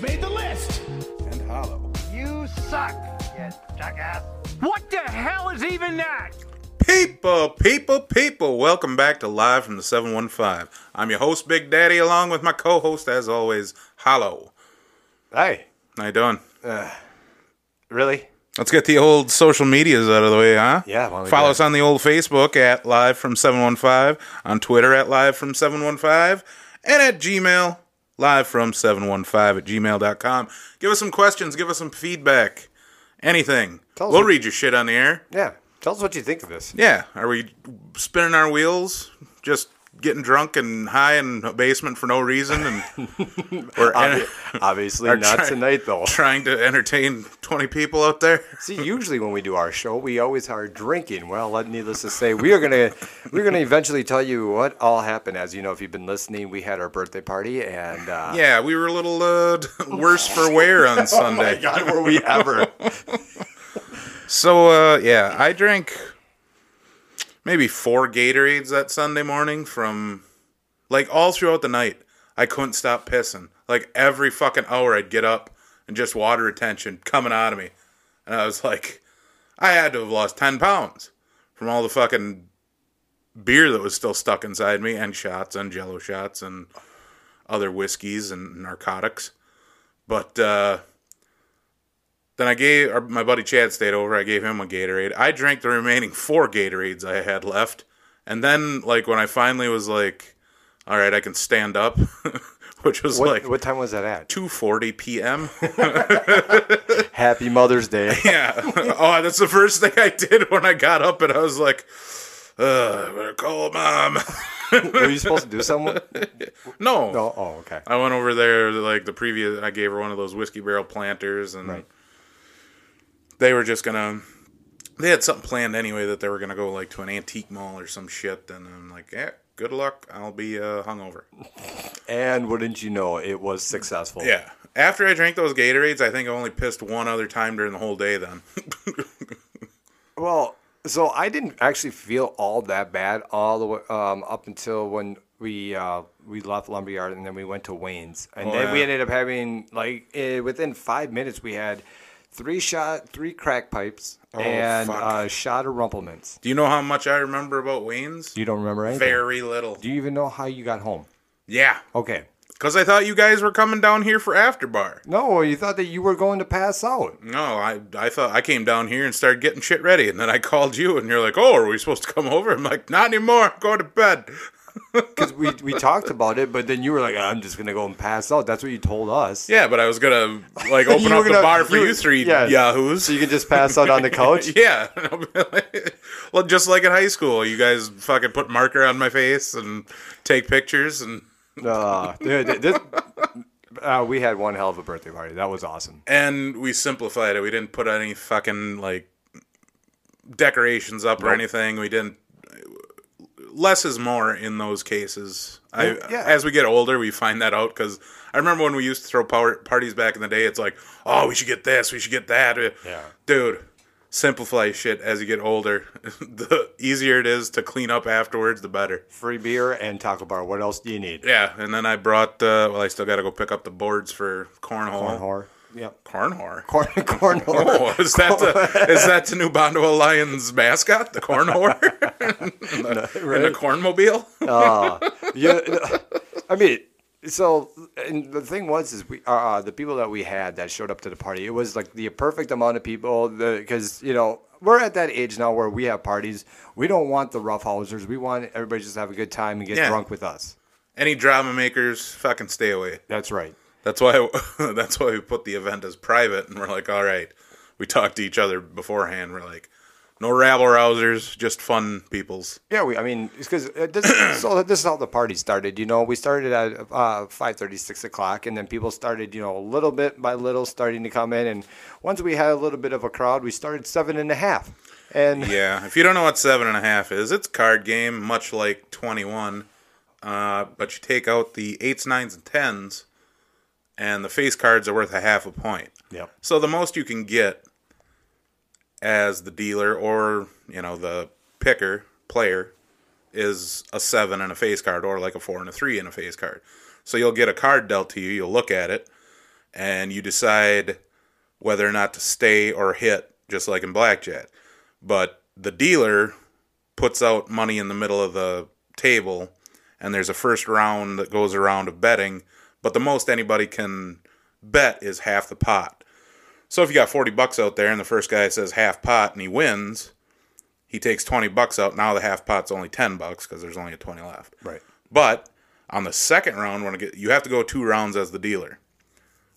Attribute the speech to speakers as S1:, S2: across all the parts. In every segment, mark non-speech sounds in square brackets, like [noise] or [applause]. S1: made the list.
S2: and hollow.
S3: You suck, you jackass.
S1: What the hell is even that?
S2: People, people, people, welcome back to Live from the 715. I'm your host, Big Daddy, along with my co host, as always, Hollow.
S4: Hey,
S2: How you doing?
S4: really?
S2: Let's get the old social medias out of the way, huh?
S4: Yeah, why don't we
S2: Follow
S4: do
S2: us on the old Facebook at Live from 715, on Twitter at Live from 715, and at Gmail, Live from 715 at gmail.com. Give us some questions, give us some feedback, anything.
S4: Tell us
S2: we'll
S4: what-
S2: read your shit on the air.
S4: Yeah. Tell us what you think of this.
S2: Yeah. Are we spinning our wheels, just getting drunk and high in a basement for no reason, and we're en-
S4: Obvi- obviously
S2: Our
S4: [laughs] not
S2: try-
S4: tonight,
S2: [laughs]
S4: though.
S2: trying to entertain twenty people out there?
S4: See, usually when we do our show, we always are drinking. Well, uh, needless to say, we are gonna we're gonna eventually tell you what all happened. As you know, if you've been listening, we had our birthday party, and [laughs] uh,
S2: Yeah, we were a little uh, [laughs] worse for wear on Sunday.
S4: God, were we ever?
S2: So uh, yeah, I drank maybe four Gatorades that Sunday morning from like all throughout the night. I couldn't stop pissing. Like every fucking hour, I'd get up and just water retention coming out of me, and I was like, I had to have lost ten pounds from all the fucking beer that was still stuck inside me, and shots, and Jello shots, and other whiskeys and narcotics. But uh, then I gave or my buddy Chad stayed over. I gave him a Gatorade. I drank the remaining four Gatorades I had left, and then like when I finally was like, "All right, I can stand up," [laughs] which was
S4: [laughs] What,
S2: like
S4: what time was that at?
S2: 2:40 [laughs] p.m.
S4: Happy Mother's [laughs] Day.
S2: yeah. [laughs] oh, that's the first thing I did when I got up, and I was like, "Ugh, I better call mom." [laughs]
S4: Were you supposed to do something?
S2: no,
S4: No. Oh, okay.
S2: I went over there like the previous. I gave her one of those whiskey barrel planters, and
S4: Right.
S2: they were just gonna. They had something planned anyway that they were gonna go like to an antique mall or some shit, and I'm like, yeah, good luck. I'll be uh,
S4: [laughs]
S2: hungover.
S4: And wouldn't you know, it was successful.
S2: Yeah. After I drank those Gatorades, I think I only pissed one other time during the whole day. Then [laughs]
S4: Well, so I didn't actually feel all that bad all the way um, up until when we uh, we left Lumberyard and then we went to Wayne's, and
S2: Oh,
S4: then we
S2: yeah.
S4: ended up having like eh, within five minutes we had three shot, three crack pipes, and
S2: Oh, fuck.
S4: a shot of rumplements.
S2: do you know how much I remember about Wayne's?
S4: You don't remember anything?
S2: Very little.
S4: Do you even know how you got home?
S2: yeah,
S4: Okay.
S2: because I thought you guys were coming down here for after bar.
S4: No, you thought that you were going to pass out.
S2: No, I I thought I came down here and started getting shit ready, and then I [laughs] called you, and you're like, "Oh, are we supposed to come over?" I'm like, "Not anymore. I'm going to bed."
S4: Because we, we talked about it, but then you were like, I'm just going to go and pass out. That's what you told us.
S2: Yeah, but I was gonna
S4: [laughs]
S2: like open
S4: You
S2: up
S4: were
S2: the
S4: gonna-
S2: bar for
S4: you-
S2: you, three
S4: yeah.
S2: yahoos.
S4: So you can just pass out on the couch?
S2: [laughs] yeah, [laughs] well, just like in high school, you guys fucking put marker on my face and take pictures, and
S4: Uh, dude, th- this, uh, we had one hell of a birthday party. That was awesome.
S2: and we simplified it. We didn't put any fucking like decorations up or anything. We didn't. Less is more in those cases. I,
S4: yeah.
S2: As we get older, we find that out because I remember when we used to throw power parties back in the day. It's like, oh, we should get this, we should get that. Uh,
S4: Yeah.
S2: dude, simplify shit as you get older. [laughs] the easier it is to clean up afterwards, the better.
S4: Free beer and taco bar. What else do you need?
S2: Yeah, and then I brought. Uh, well, I still got to go pick up the boards for cornhole.
S4: Cornhole. Yep.
S2: Cornhole.
S4: Corn, [laughs] cornhole. [laughs]
S2: Oh, is that the is that the new Bondwell Lions mascot, the corn whore, and, the, and the cornmobile?
S4: yeah, I mean, so and the thing was is we uh, the people that we had that showed up to the party. It was like the perfect amount of people because you know we're at that age now where we have parties. We don't want the roughhousers. We want everybody to just have a good time and get
S2: Yeah.
S4: drunk with us.
S2: Any drama makers, fucking stay away.
S4: That's right.
S2: That's why [laughs] that's why we put the event as private, and we're like, all right, we talk to each other beforehand. We're like, no rabble rousers, just fun peoples.
S4: Yeah, we. I mean, because this, so [coughs] this is how the party started. You know, we started at uh, five thirty, six o'clock, and then people started, you know, a little bit by little, starting to come in. And once we had a little bit of a crowd, we started seven and a half. And
S2: Yeah, if you don't know what seven and a half is, it's a card game, much like twenty one. Uh, but you take out the eights, nines, and tens, and the face cards are worth a half a point.
S4: Yep.
S2: So the most you can get as the dealer or you know the picker player is a seven and a face card, or like a four and a three and a face card. So you'll get a card dealt to you. You'll look at it, and you decide whether or not to stay or hit, just like in blackjack. But the dealer puts out money in the middle of the table, and there's a first round that goes around of betting. But the most anybody can bet is half the pot. So if you got 40 bucks out there and the first guy says half pot and he wins, he takes 20 bucks out. Now the half pot's only 10 bucks because there's only a 20 left.
S4: Right.
S2: But on the second round, when it get, you have to go two rounds as the dealer.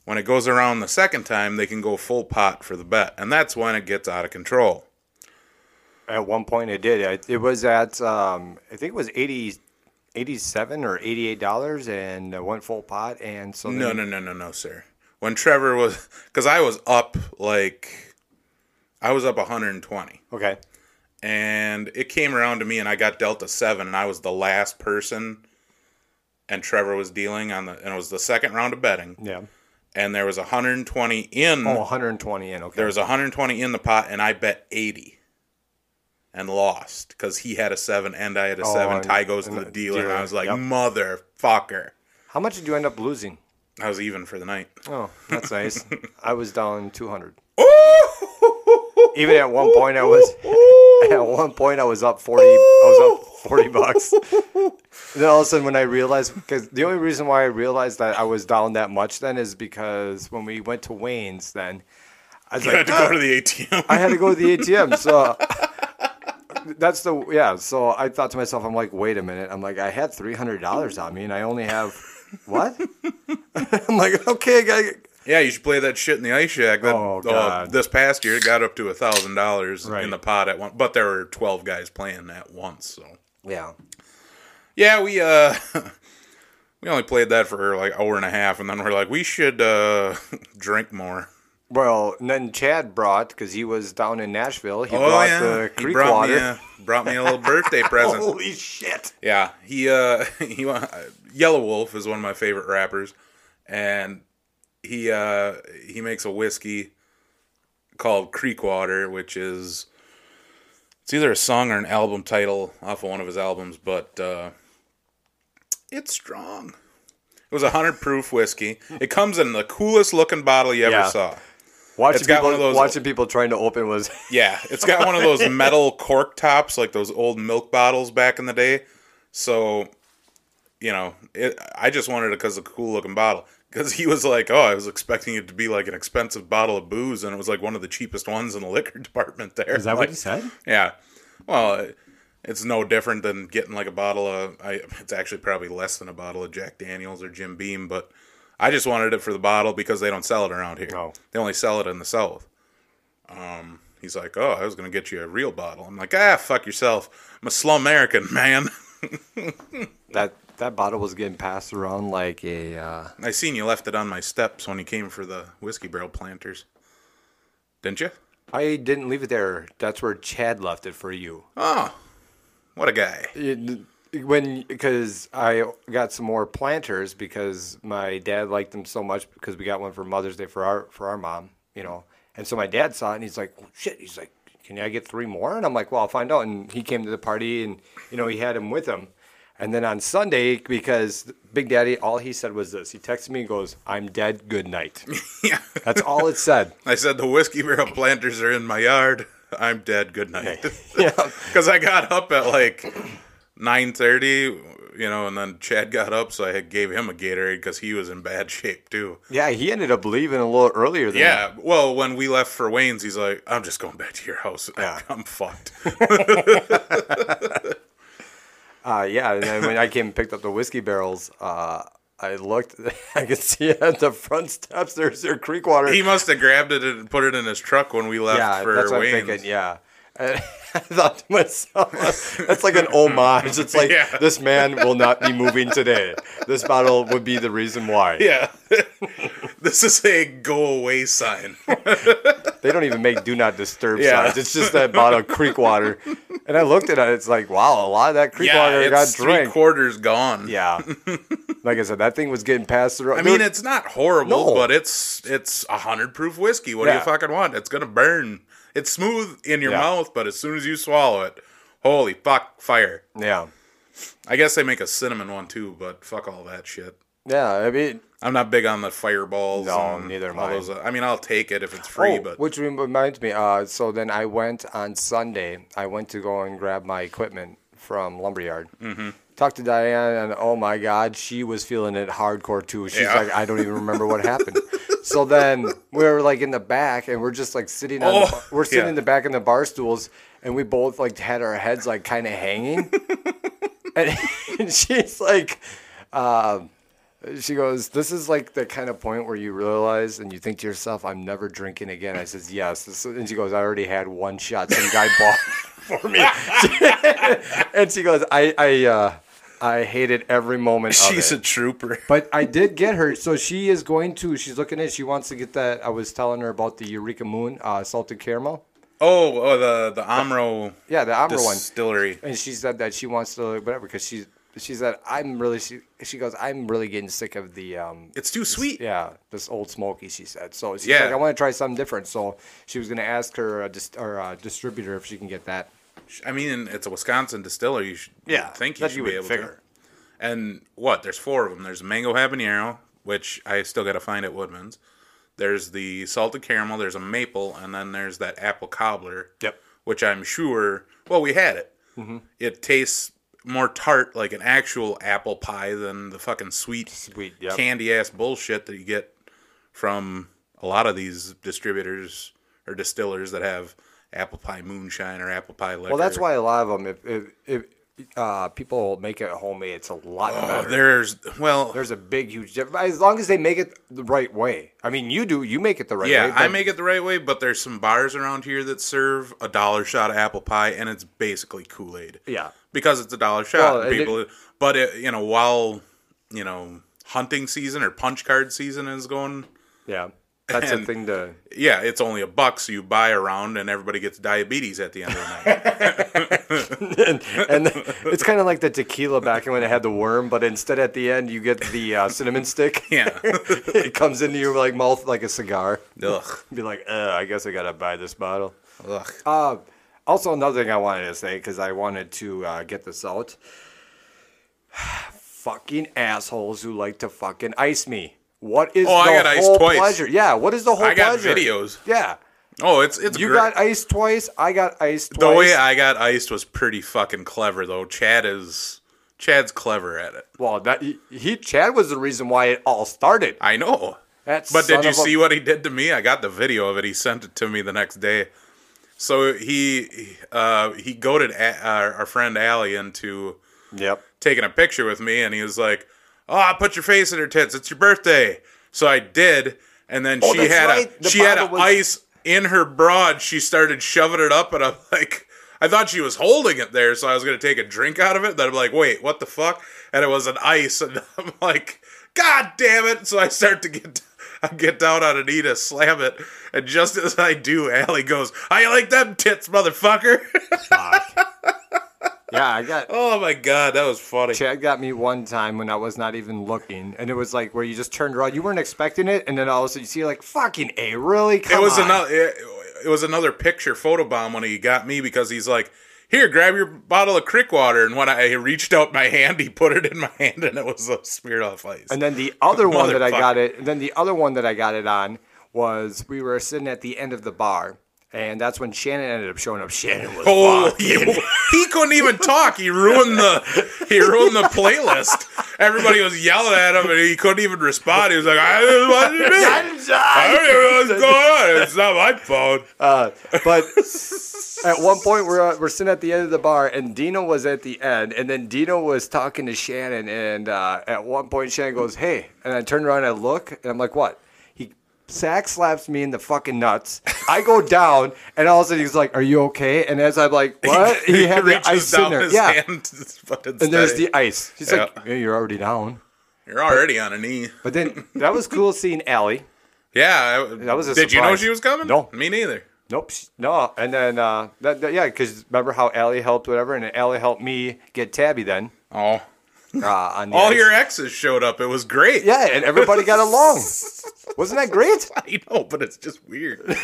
S2: When it goes around the second time, they can go full pot for the bet, and that's when it gets out of control.
S4: At one point, it did. It, it was at um, I think it was 80, 87 or eighty eight dollars, and uh, went full pot. And so
S2: No,
S4: then-
S2: no, no, no, no, sir. When Trevor was, because I was up like, I was up 120,
S4: okay,
S2: and it came around to me, and I got dealt a seven, and I was the last person, and Trevor was dealing on the, and it was the second round of betting,
S4: yeah,
S2: and there was 120 in.
S4: oh, one hundred and twenty in. Okay,
S2: There was 120 in the pot, and I bet 80 and lost because he had a seven and I had a
S4: Oh,
S2: seven.
S4: and-
S2: Ty goes to
S4: and
S2: the
S4: the
S2: dealer, and I
S4: dealer,
S2: was like,
S4: yep.
S2: motherfucker.
S4: how much did you end up losing?
S2: I was even for the night. [laughs]
S4: Oh, that's nice. I was down two hundred.
S2: Ooh!
S4: Even at one point, I was [laughs] at one point I was up forty. I was up forty bucks. then all of a sudden, when I realized, because the only reason why I realized that I was down that much then is because when we went to Wayne's, then I was
S2: I had
S4: like, "Ah,
S2: to go to the ATM.
S4: I had to
S2: [laughs]
S4: go to the ATM. So that's the yeah. So I thought to myself, I'm like, wait a minute. I'm like, I had three hundred dollars on me, and I only have what? [laughs] I'm like, okay, I gotta-
S2: yeah, you should play that shit in the ice shack. That,
S4: Oh,
S2: oh,
S4: God.
S2: this past year, it got up to a thousand dollars
S4: Right.
S2: in the pot at one, but there were twelve guys playing at once. So
S4: yeah.
S2: yeah, we uh, [laughs] we only played that for like hour and a half, and then we're like, we should uh, [laughs] drink more.
S4: Well, and then Chad brought because he was down in Nashville. He
S2: Oh
S4: brought
S2: yeah,
S4: the
S2: He
S4: creek
S2: brought
S4: water.
S2: Me
S4: [laughs]
S2: a, brought me a little birthday present.
S4: Holy shit!
S2: Yeah, he uh, [laughs] he wa- Yellow Wolf is one of my favorite rappers, and he uh, he makes a whiskey called Creek Water, which is it's either a song or an album title off of one of his albums, but uh, it's strong. It was a hundred proof whiskey. It comes in the coolest looking bottle you ever
S4: Yeah.
S2: saw.
S4: Watching
S2: It's got
S4: people,
S2: one of those-
S4: watching people trying to open was [laughs]
S2: Yeah, it's got one
S5: [laughs]
S2: of those metal cork tops, like those old milk bottles back in the day. So, you know, it, I just wanted it because of the cool looking bottle. Because he was like, "Oh, I was expecting it to be like an expensive bottle of booze, and it was like one of the cheapest ones in the [laughs] liquor department." There
S5: Is that
S2: Like,
S5: what he said?
S2: Yeah. Well, it- it's no different than getting like a bottle of. I, it's actually probably less than a bottle of Jack Daniels or Jim Beam, but I just wanted it for the bottle because they don't sell it around here.
S4: No.
S2: They only sell it in the south. Um, he's like, "Oh, I was gonna get you a real bottle." I'm like, "Ah, fuck yourself. I'm a slum American man. [laughs]
S4: that that bottle was getting passed around like a uh,
S2: I seen you left it on my steps when you came for the whiskey barrel planters, didn't you?
S4: I didn't leave it there. That's where Chad left it for you.
S2: What a guy." [laughs]
S4: It- when because I got some more planters because my dad liked them so much because we got one for Mother's Day for our for our mom, you know. And so my dad saw it and he's like, "Oh, "Shit!" He's like, "Can I get three more?" And I'm like, "Well, I'll find out." And he came to the party and you know he had him with him. And then on Sunday, because Big Daddy, all he said was this. He texted me and goes, "I'm dead. Good night."
S2: Yeah.
S4: That's all it said. [laughs]
S2: I said the whiskey barrel planters are in my yard. I'm dead. Good night.
S4: Yeah.
S2: [laughs] Because I got up at like nine thirty, you know, and then Chad got up, so I had- gave him a Gatorade because he was in bad shape too.
S4: Yeah, he ended up leaving a little earlier than
S2: Yeah. Well, when we left for Wayne's, he's like, "I'm just going back to your house. [laughs]
S4: Yeah.
S2: I'm fucked."
S4: Uh, yeah, and then when I came and picked up the whiskey barrels, uh, I looked, [laughs] I could see at the front steps, there's their creek water.
S2: he must have grabbed it and put it in his truck when we left
S4: yeah,
S2: for
S4: that's what
S2: Wayne's.
S4: I'm thinking, yeah. And [laughs] I thought to myself, that's like an homage. It's like,
S2: Yeah.
S4: this man will not be moving today. This bottle would be the reason why.
S2: yeah. [laughs] this is a go away sign.
S4: They don't even make do not disturb
S2: Yeah.
S4: signs. It's just that bottle of creek water. And I looked at it, it's like, wow, a lot of that creek
S2: yeah,
S4: water got
S2: it's three
S4: drank.
S2: quarters gone. [laughs]
S4: yeah. Like I said, that thing was getting passed around.
S2: I mean, it's not horrible,
S4: No.
S2: but it's it's a hundred proof whiskey. What do
S4: Yeah.
S2: you fucking want? It's gonna burn. It's smooth in your
S4: Yeah.
S2: mouth, but as soon as you swallow it, holy fuck, fire!
S4: Yeah.
S2: I guess they make a cinnamon one too, but fuck all that shit.
S4: Yeah, I mean,
S2: I'm not big on the fireballs.
S4: No,
S2: and
S4: neither am
S2: all
S4: I.
S2: those- I mean, I'll take it if it's free,
S4: oh,
S2: but
S4: which reminds me. Uh, so then I went on Sunday. I went to go and grab my equipment from Lumberyard. Mm-hmm. Talked to Diane, and oh my God, she was feeling it hardcore too. She's
S2: Yeah.
S4: like, I don't even remember
S2: [laughs]
S4: what happened. so then we're like in the back, and we're just like sitting on.
S2: Oh,
S4: the, bar- we're sitting
S2: yeah.
S4: in the back in the bar stools, and we both like had our heads like kind of
S2: [laughs]
S4: hanging. and, and [laughs] she's like, um, she goes, "This is like the kind of point where you realize and you think to yourself, I'm never drinking again." I says, "Yes," This- and she goes, "I already had one shot. Some guy [laughs] bought
S2: [laughs]
S4: it for me,"
S2: Ah,
S4: and she goes, "I I uh, I hated every moment of
S2: she's
S4: it."
S2: a trooper.
S4: But I did get her. So she is going to. She's looking at. She wants to get that. I was telling her about the Eureka Moon uh, salted caramel.
S2: Oh, oh, the the Amro
S4: Yeah, the Amber one.
S2: distillery.
S4: and she said that she wants to whatever because she's she said I'm really she she goes I'm really getting sick of the um
S2: It's too sweet.
S4: yeah this old smoky she said so she's
S2: Yeah.
S4: like I want to try something different so she was gonna ask her uh, dis- or uh, distributor if she can get that
S2: I mean, it's a Wisconsin distiller. You should
S4: Yeah,
S2: think you
S4: that
S2: should
S4: you
S2: be
S4: would
S2: able
S4: figure.
S2: to. And what? There's four of them. There's mango habanero, which I still got to find at Woodman's. There's the salted caramel. There's a maple, and then there's that apple cobbler.
S4: Yep. Mm-hmm.
S2: Which I'm sure. Well, we had it. It tastes more tart, like an actual apple pie, than the fucking sweet,
S4: Sweet, yep.
S2: candy ass bullshit that you get from a lot of these distributors or distillers that have apple pie moonshine or apple pie liquor.
S4: well that's why a lot of them if if, if uh, people make it homemade it's a lot
S2: Oh,
S4: better
S2: there's well,
S4: there's a big huge difference as long as they make it the right way I mean you do you make it the right way
S2: yeah, I
S4: but-
S2: make it the right way, but there's some bars around here that serve a dollar shot of apple pie, and it's basically Kool Aid.
S4: Yeah.
S2: because it's a dollar
S4: Well,
S2: shot. and
S4: and
S2: people, but it, you know, while you know hunting season or punch card season is going,
S4: yeah that's [laughs]
S2: And-
S4: a thing to
S2: yeah, it's only a buck, so you buy a round, and everybody gets diabetes at the end of the
S4: [laughs]
S2: night.
S4: and it's kind of like the tequila back when it had the worm, but instead at the end you get the uh, cinnamon stick.
S2: [laughs] yeah,
S4: it comes into your like mouth like a cigar.
S2: ugh,
S4: Be like, Ugh, I guess I gotta buy this bottle.
S2: ugh.
S4: Uh, also, another thing I wanted to say because I wanted to uh, get this out. [sighs] fucking assholes who like to fucking ice me. What is
S2: Oh, I
S4: the
S2: got iced
S4: whole
S2: twice.
S4: pleasure? Yeah, what is the whole
S2: I got
S4: pleasure?
S2: videos.
S4: Yeah,
S2: Oh, it's it's
S4: you
S2: great.
S4: got iced twice. I got iced
S2: the
S4: twice.
S2: way I got iced was pretty fucking clever, though. Chad is Chad's clever at it.
S4: Well, that he, he Chad was the reason why it all started.
S2: I know.
S4: That
S2: but
S4: son
S2: did you
S4: of a-
S2: see what he did to me? I got the video of it. He sent it to me the next day. So he uh, he goaded a- our, our friend Allie into
S4: Yep.
S2: taking a picture with me, and he was like, "Oh, I put your face in her tits. It's your birthday." So I did, and then
S4: Oh,
S2: she
S4: that's
S2: had
S4: right.
S2: a
S4: The
S2: she had a
S4: bottle was-
S2: ice in her broad. She started shoving it up, and I'm [laughs] like. I thought she was holding it there, so I was gonna take a drink out of it. Then I'm like, "Wait, what the fuck?" And it was an ice, [laughs] and I'm like, "God damn it!" So I start to get, I get down on Anita, slam it, and just as I do, Allie goes, "How you like them tits, motherfucker?" [laughs]
S4: Yeah, I got.
S2: oh my god, that was funny.
S4: Chad got me one time when I was not even looking, and it was like where you just turned around, you weren't expecting it, and then all of a sudden you see like fucking a really. Come
S2: it was
S4: on.
S2: another it, it was another picture photobomb when he got me because he's like here grab your bottle of creek water and when i reached out my hand he put it in my hand and it was a smeared off ice
S4: And then the other one that I got
S2: Motherfucker.
S4: it, and then the other one that I got it on was we were sitting at the end of the bar, and that's when Shannon ended up showing up. Shannon was
S2: Oh,
S4: fucked.
S2: he, he couldn't even talk. He ruined the he ruined the playlist. Everybody was yelling at him, and he couldn't even respond. He was like, "I didn't want to be. I don't even know what's going on. It's not my phone."
S4: Uh, but
S2: [laughs]
S4: at one point, we're uh, we're sitting at the end of the bar, and Dino was at the end, and then Dino was talking to Shannon, and uh, at one point, Shannon goes, "Hey," and I turn around, and I look, and I'm like, "What?" He sack slaps me in the fucking nuts. I go down, and all of a sudden, he's like, "Are you okay?" And as I'm
S2: [laughs]
S4: like, "What?" He, had the ice in there, yeah.
S2: hand. to his fucking
S4: And there's
S2: stomach.
S4: the ice. He's
S2: Yeah.
S4: like, yeah, "You're already down."
S2: You're already on a knee.
S4: But then that was cool seeing Allie.
S2: Yeah, I,
S4: That was a
S2: Did you know
S4: surprise.
S2: she was coming?
S4: No.
S2: me neither.
S4: Nope. sh- No. And then, uh, that, that, yeah, because remember how Allie helped whatever, and Allie helped me get Tabby then.
S2: Oh,
S4: Uh, on the
S2: all
S4: ice.
S2: your exes showed up. It was great. [laughs]
S4: Yeah, and everybody got along. Wasn't that great?
S2: I know, but it's just weird.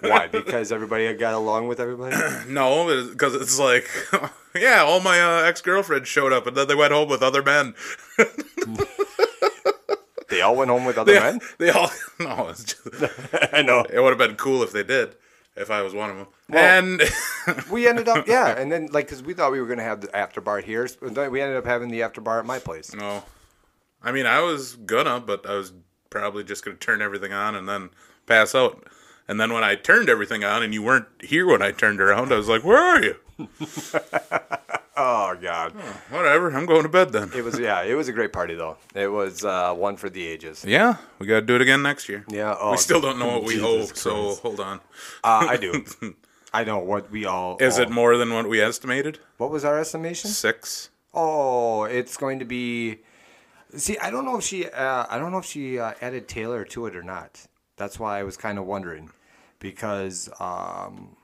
S4: Why? Because everybody got along with everybody.
S2: no, because it's like, [laughs] yeah, all my uh, ex girlfriends showed up, and then they went home with other men.
S4: [clears throat] They all went home with other
S2: They,
S4: men.
S2: [laughs] they all no. It's just,
S4: [laughs] I know.
S2: it would have been cool if they did. If I was one of them.
S4: Well-
S2: and [laughs]
S4: We ended up, yeah, and then like because we thought we were gonna have the after bar here, so then we ended up having the after bar at my place.
S2: no, I mean I was gonna, but I was probably just gonna turn everything on and then pass out. And then when I turned everything on and you weren't here when I turned around, I was like, "Where are you?"
S4: Oh god,
S2: Whatever, I'm going to bed then.
S4: it was yeah, it was a great party though. It was uh, one for the ages.
S2: Yeah, we gotta do it again next year.
S4: Yeah, oh,
S2: we still don't know what we
S4: Jesus
S2: owe, so
S4: Christ.
S2: hold on.
S4: Uh, I [laughs] do. I know what we all.
S2: Is
S4: all-
S2: it more than what we estimated?
S4: What was our estimation?
S2: Six.
S4: Oh, it's going to be. See, I don't know if she, uh, I don't know if she uh, added Taylor to it or not. That's why I was kind of wondering, because um,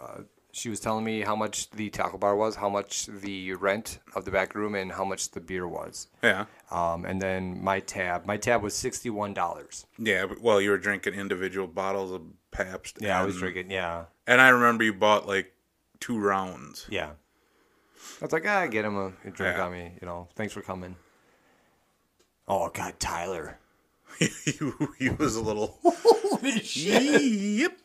S4: uh, she was telling me how much the taco bar was, how much the rent of the back room, and how much the beer was.
S2: Yeah.
S4: Um, and then my tab, my tab was sixty-one dollars.
S2: Yeah. but- Well, you were drinking individual bottles of Pabst.
S4: Yeah, I was
S2: and-
S4: drinking. Yeah,
S2: And I remember you bought like two rounds.
S4: yeah. I was like, ah, get him a a drink
S2: Yeah.
S4: on me. You know, thanks for coming. Oh God, Tyler.
S2: [laughs] you, you was a little.
S4: [laughs] Holy shit.
S2: yep.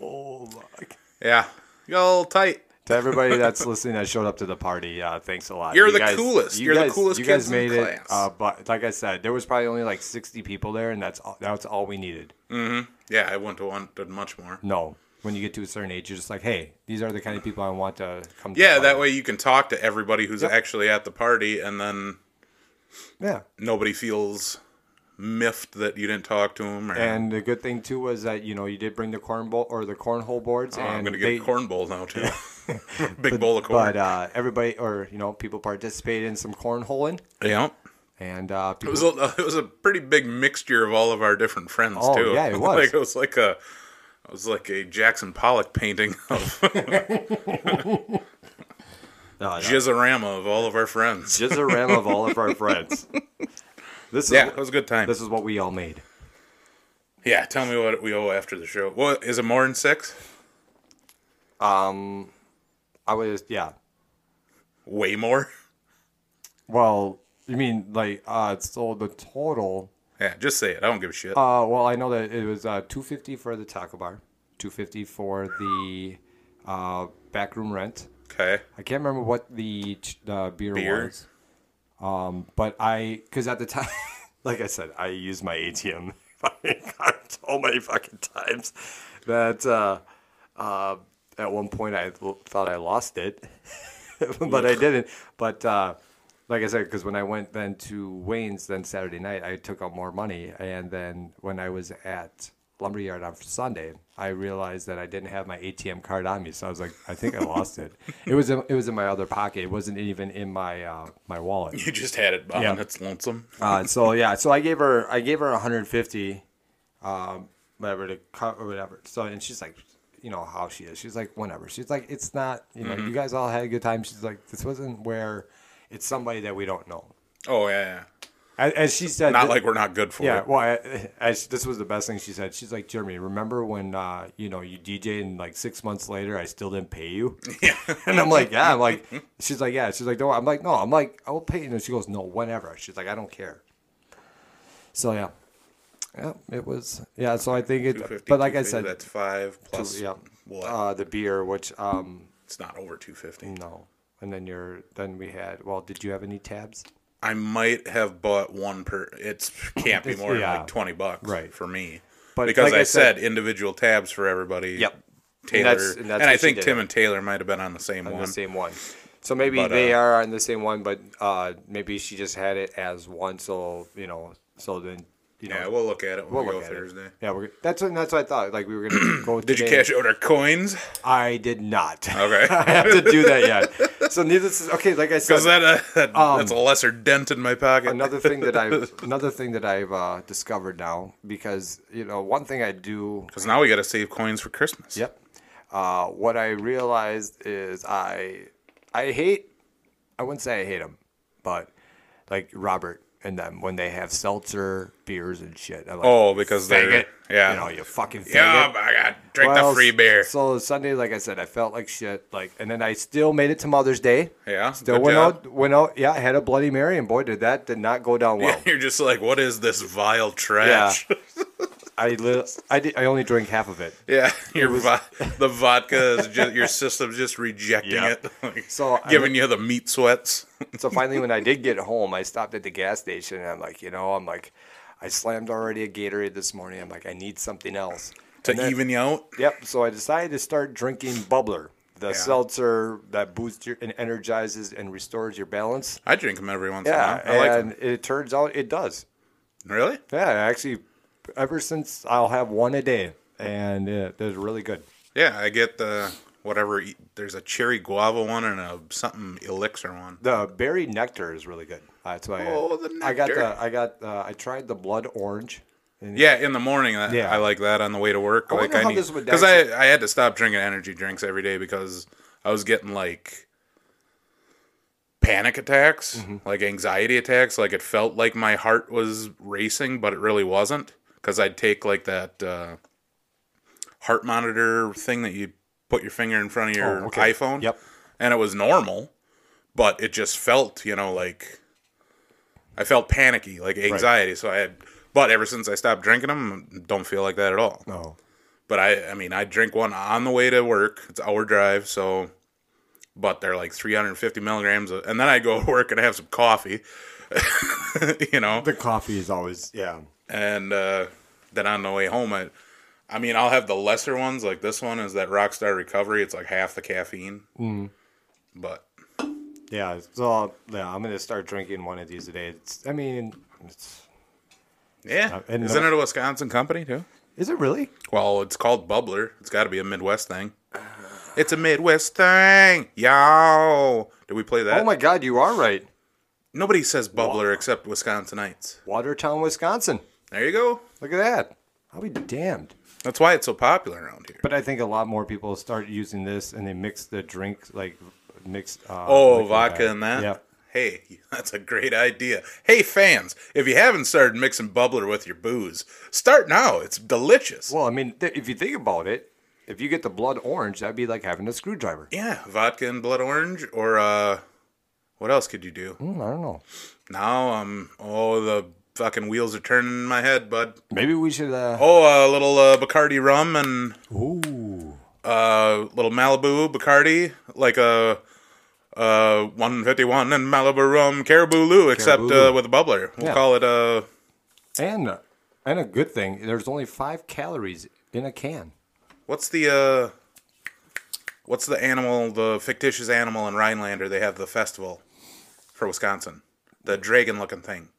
S4: Oh my.
S2: Yeah. Y'all tight.
S4: To everybody that's listening that showed up to the party, uh, thanks a lot.
S2: You're the coolest. You're the coolest
S4: You guys
S2: kids in
S4: made
S2: the
S4: it.
S2: class.
S4: Uh, but like I said, there was probably only like 60 people there, and that's all, that's all we needed.
S2: Yeah, I wouldn't have wanted much more.
S4: No, when you get to a certain age, you're just like, hey, these are the kind of people I want to come. To the
S2: Yeah, that
S4: party.
S2: way you can talk to everybody who's
S4: Yep.
S2: actually at the party, and then
S4: Yeah.
S2: nobody feels miffed that you didn't talk to them. Or,
S4: And the good thing too was that you know you did bring the corn bowl or the cornhole boards,
S2: Oh,
S4: and
S2: I'm gonna get
S4: they,
S2: a corn bowl now too. [laughs]
S4: [laughs]
S2: Big bowl of corn.
S4: But uh, everybody or you know people participated in some cornholing,
S2: yeah.
S4: and uh,
S2: It
S4: people,
S2: was, a, it was a pretty big mixture of all of our different friends
S4: Oh,
S2: too.
S4: yeah,
S2: [laughs]
S4: it was.
S2: like it was like a it was like a Jackson Pollock painting
S4: [laughs]
S2: of [laughs] [laughs]
S4: uh,
S2: jizzorama of all of our friends.
S4: just a ram of all of
S2: [laughs]
S4: our friends. This is
S2: Yeah, it was a good time.
S4: This is what we all made.
S2: yeah, tell me what we owe after the show. What is it more than six?
S4: I was yeah.
S2: Way more. [laughs]
S4: Well, you mean like uh so the total
S2: Yeah, just say it. I don't give a shit.
S4: uh well I know that it was uh 250 for the taco bar, 250 for the uh back room rent.
S2: okay.
S4: I can't remember what the ch- the beer,
S2: Beer.
S4: was. Um but I cuz at the time [laughs] like I said I used my [laughs] ATM fucking card so many fucking times that uh uh at one point I l- thought I lost it. [laughs] but I didn't. But uh, like I said, because when I went then to Wayne's then Saturday night, I took out more money, and then when I was at Lumberyard on Sunday, I realized that I didn't have my ATM card on me, so I was like, I think I lost it. It was in, it was in my other pocket. It wasn't even in my uh, my wallet.
S2: You just had it, Bob.
S4: Yeah.
S2: That's lonesome.
S4: Uh, so yeah, so I gave her I gave her 150, um, whatever to cut or whatever. So and she's like, you know how she is. She's like, whatever. She's like, it's not. You know,
S2: Mm-hmm.
S4: you guys all had a good time. She's like, this wasn't where it's somebody that we don't know.
S2: Oh yeah,
S4: As, as she said,
S2: yeah. Not
S4: th-
S2: like we're not good for
S4: yeah.
S2: it.
S4: Well, I- as this was the best thing she said. She's like, Jeremy, remember when uh, you know you DJ and like six months later I still didn't pay you. [laughs] And I'm like, yeah. I'm like, she's like, yeah. She's like, no. I'm like, no. I'm like, I will pay you. And she goes, no, whenever. She's like, I don't care. So yeah, yeah. It was yeah. So I think it.
S2: 250,
S4: But like I said,
S2: 250, that's five plus.
S4: yeah.
S2: What?
S4: Uh, the beer, which um,
S2: it's not over two fifty.
S4: no. And then you're then we had. Well, did you have any tabs?
S2: I might have bought one per. It's can't be
S4: It's-
S2: more than
S4: yeah.
S2: like twenty bucks,
S4: Right.
S2: For me,
S4: But
S2: because
S4: like
S2: I,
S4: I
S2: said,
S4: said-
S2: individual tabs for everybody.
S4: Yep.
S2: Taylor, and,
S4: that's- and that's
S2: I
S4: what she
S2: think
S4: did.
S2: Tim and Taylor might have been on the same
S4: on
S2: one.
S4: the same one. So maybe
S2: Um, But,
S4: they
S2: uh,
S4: are on the same one, but uh, maybe she just had it as one. So you know, so then you know,
S2: Yeah, we'll look at it when
S4: we'll
S2: we
S4: look
S2: go
S4: at it.
S2: Thursday.
S4: Yeah, we're, that's what that's what I thought. Like we
S2: [clears throat]
S4: were gonna go.
S2: Did you
S4: today.
S2: cash out our coins?
S4: I did not. [laughs] I
S2: Okay,
S4: have to do that
S2: [laughs]
S4: yet. So needless, is, okay, like I said,
S2: because that, uh, that- that's a lesser dent in my pocket.
S4: Um, another
S2: [laughs]
S4: thing that I've another thing that I've uh, discovered now because you know one thing I do
S2: Because now we got to save coins for Christmas.
S4: Yep. Uh, what I realized is I I hate I wouldn't say I hate him, but like Robert in them when they have seltzer, beers, and shit. I'm like,
S2: Oh, because they're
S4: faggot.
S2: yeah.
S4: You know, you fucking faggot.
S2: yeah, I got drink
S4: Well,
S2: the free beer.
S4: So Sunday, like I said, I felt like shit. Like, and then I still made it to Mother's Day.
S2: Yeah,
S4: Still
S2: good
S4: went
S2: job.
S4: out. Went out. Yeah, I had a Bloody Mary, and boy, did that did not go
S2: [laughs]
S4: down well.
S2: You're just like, what is this vile trash? [laughs] Yeah,
S4: I li- I did, I only drank half of [laughs] it.
S2: your vo- the vodka is just your system's just rejecting
S4: Yeah.
S2: it, [laughs] like,
S4: So I
S2: giving you the meat sweats.
S4: So finally, when I did get home, I stopped at the gas station, and I'm like, you know, I'm like, I slammed already a Gatorade this morning. I'm like, I need something else.
S2: to
S4: And then-
S2: even you out.
S4: Yep. So I decided to start drinking Bubbler, the seltzer that boosts your, and energizes and restores your balance.
S2: I drink them every once
S4: Yeah,
S2: in a while. I like
S4: and
S2: them.
S4: it turns out it does.
S2: Really?
S4: Yeah, actually, ever since I'll have one a day, and uh, they're really good.
S2: Yeah, I get the whatever. e- There's a cherry guava one and a something elixir one.
S4: The berry nectar is really good. That's why. I-
S2: Oh, the
S4: I got
S2: nectar.
S4: the. I got. Uh, I tried the blood orange. And
S2: Yeah, in the morning. That,
S4: Yeah.
S2: I like that on the way to work.
S4: I
S2: like
S4: wonder
S2: I
S4: how
S2: need
S4: this would
S2: because
S4: actually-
S2: I I had to stop drinking energy drinks every day because I was getting like panic attacks,
S4: Mm-hmm.
S2: like anxiety attacks. Like it felt like my heart was racing, but it really wasn't. Because I'd take like that uh, heart monitor thing that you put your finger in front of your
S4: Oh, okay.
S2: iPhone.
S4: Yep.
S2: And it was normal, but it just felt, you know, like I felt panicky, like anxiety. So I had, but ever since I stopped drinking them, don't feel like that at all.
S4: Oh.
S2: But I, I mean, I drink one on the way to work. It's hour drive, so. But they're like 350 milligrams, of, and then I go [laughs] to work and I have some coffee, [laughs] you know,
S4: The coffee is always yeah.
S2: and uh, then on the way home, I, I mean, I'll have the lesser ones. Like this one is that Rockstar Recovery. It's like half the caffeine, but
S4: Yeah, so yeah, I'm gonna start drinking one of these a day. It's, I mean, it's,
S2: yeah,
S4: Uh, and
S2: isn't
S4: the-
S2: it a Wisconsin company too?
S4: is it really?
S2: Well, it's called Bubbler. It's got to be a Midwest thing. It's a Midwest thing, yo. Did we play that?
S4: Oh my God, you are right.
S2: Nobody says Bubbler except Wisconsinites.
S4: Watertown, Wisconsin.
S2: There you go.
S4: Look at that. I'll be damned.
S2: That's why it's so popular around here.
S4: But I think a lot more people start using this and they mix the drink like mix. Uh,
S2: Oh,
S4: liquor
S2: vodka
S4: back.
S2: and that.
S4: Yep.
S2: Hey, [laughs] that's a great idea. Hey, fans, if you haven't started mixing bubbler with your booze, start now. It's delicious.
S4: Well, I mean, th- if you think about it, if you get the blood orange, that'd be like having a screwdriver.
S2: yeah, vodka and blood orange, or uh, what else could you do?
S4: Hmm, I don't know.
S2: Now, um, oh, the fucking wheels are turning in my head, bud.
S4: Maybe we should. Uh,
S2: Oh, a little uh, Bacardi rum and
S4: Ooh.
S2: uh, little Malibu Bacardi, like a uh, 151 and Malibu rum Caribou Lou, except
S4: Caribou.
S2: uh, with a bubbler. We'll
S4: Yeah.
S2: call it uh,
S4: And and a good thing, there's only five calories in a can.
S2: what's the uh, what's the animal, the fictitious animal in Rhinelander? They have the festival for Wisconsin, the dragon-looking thing,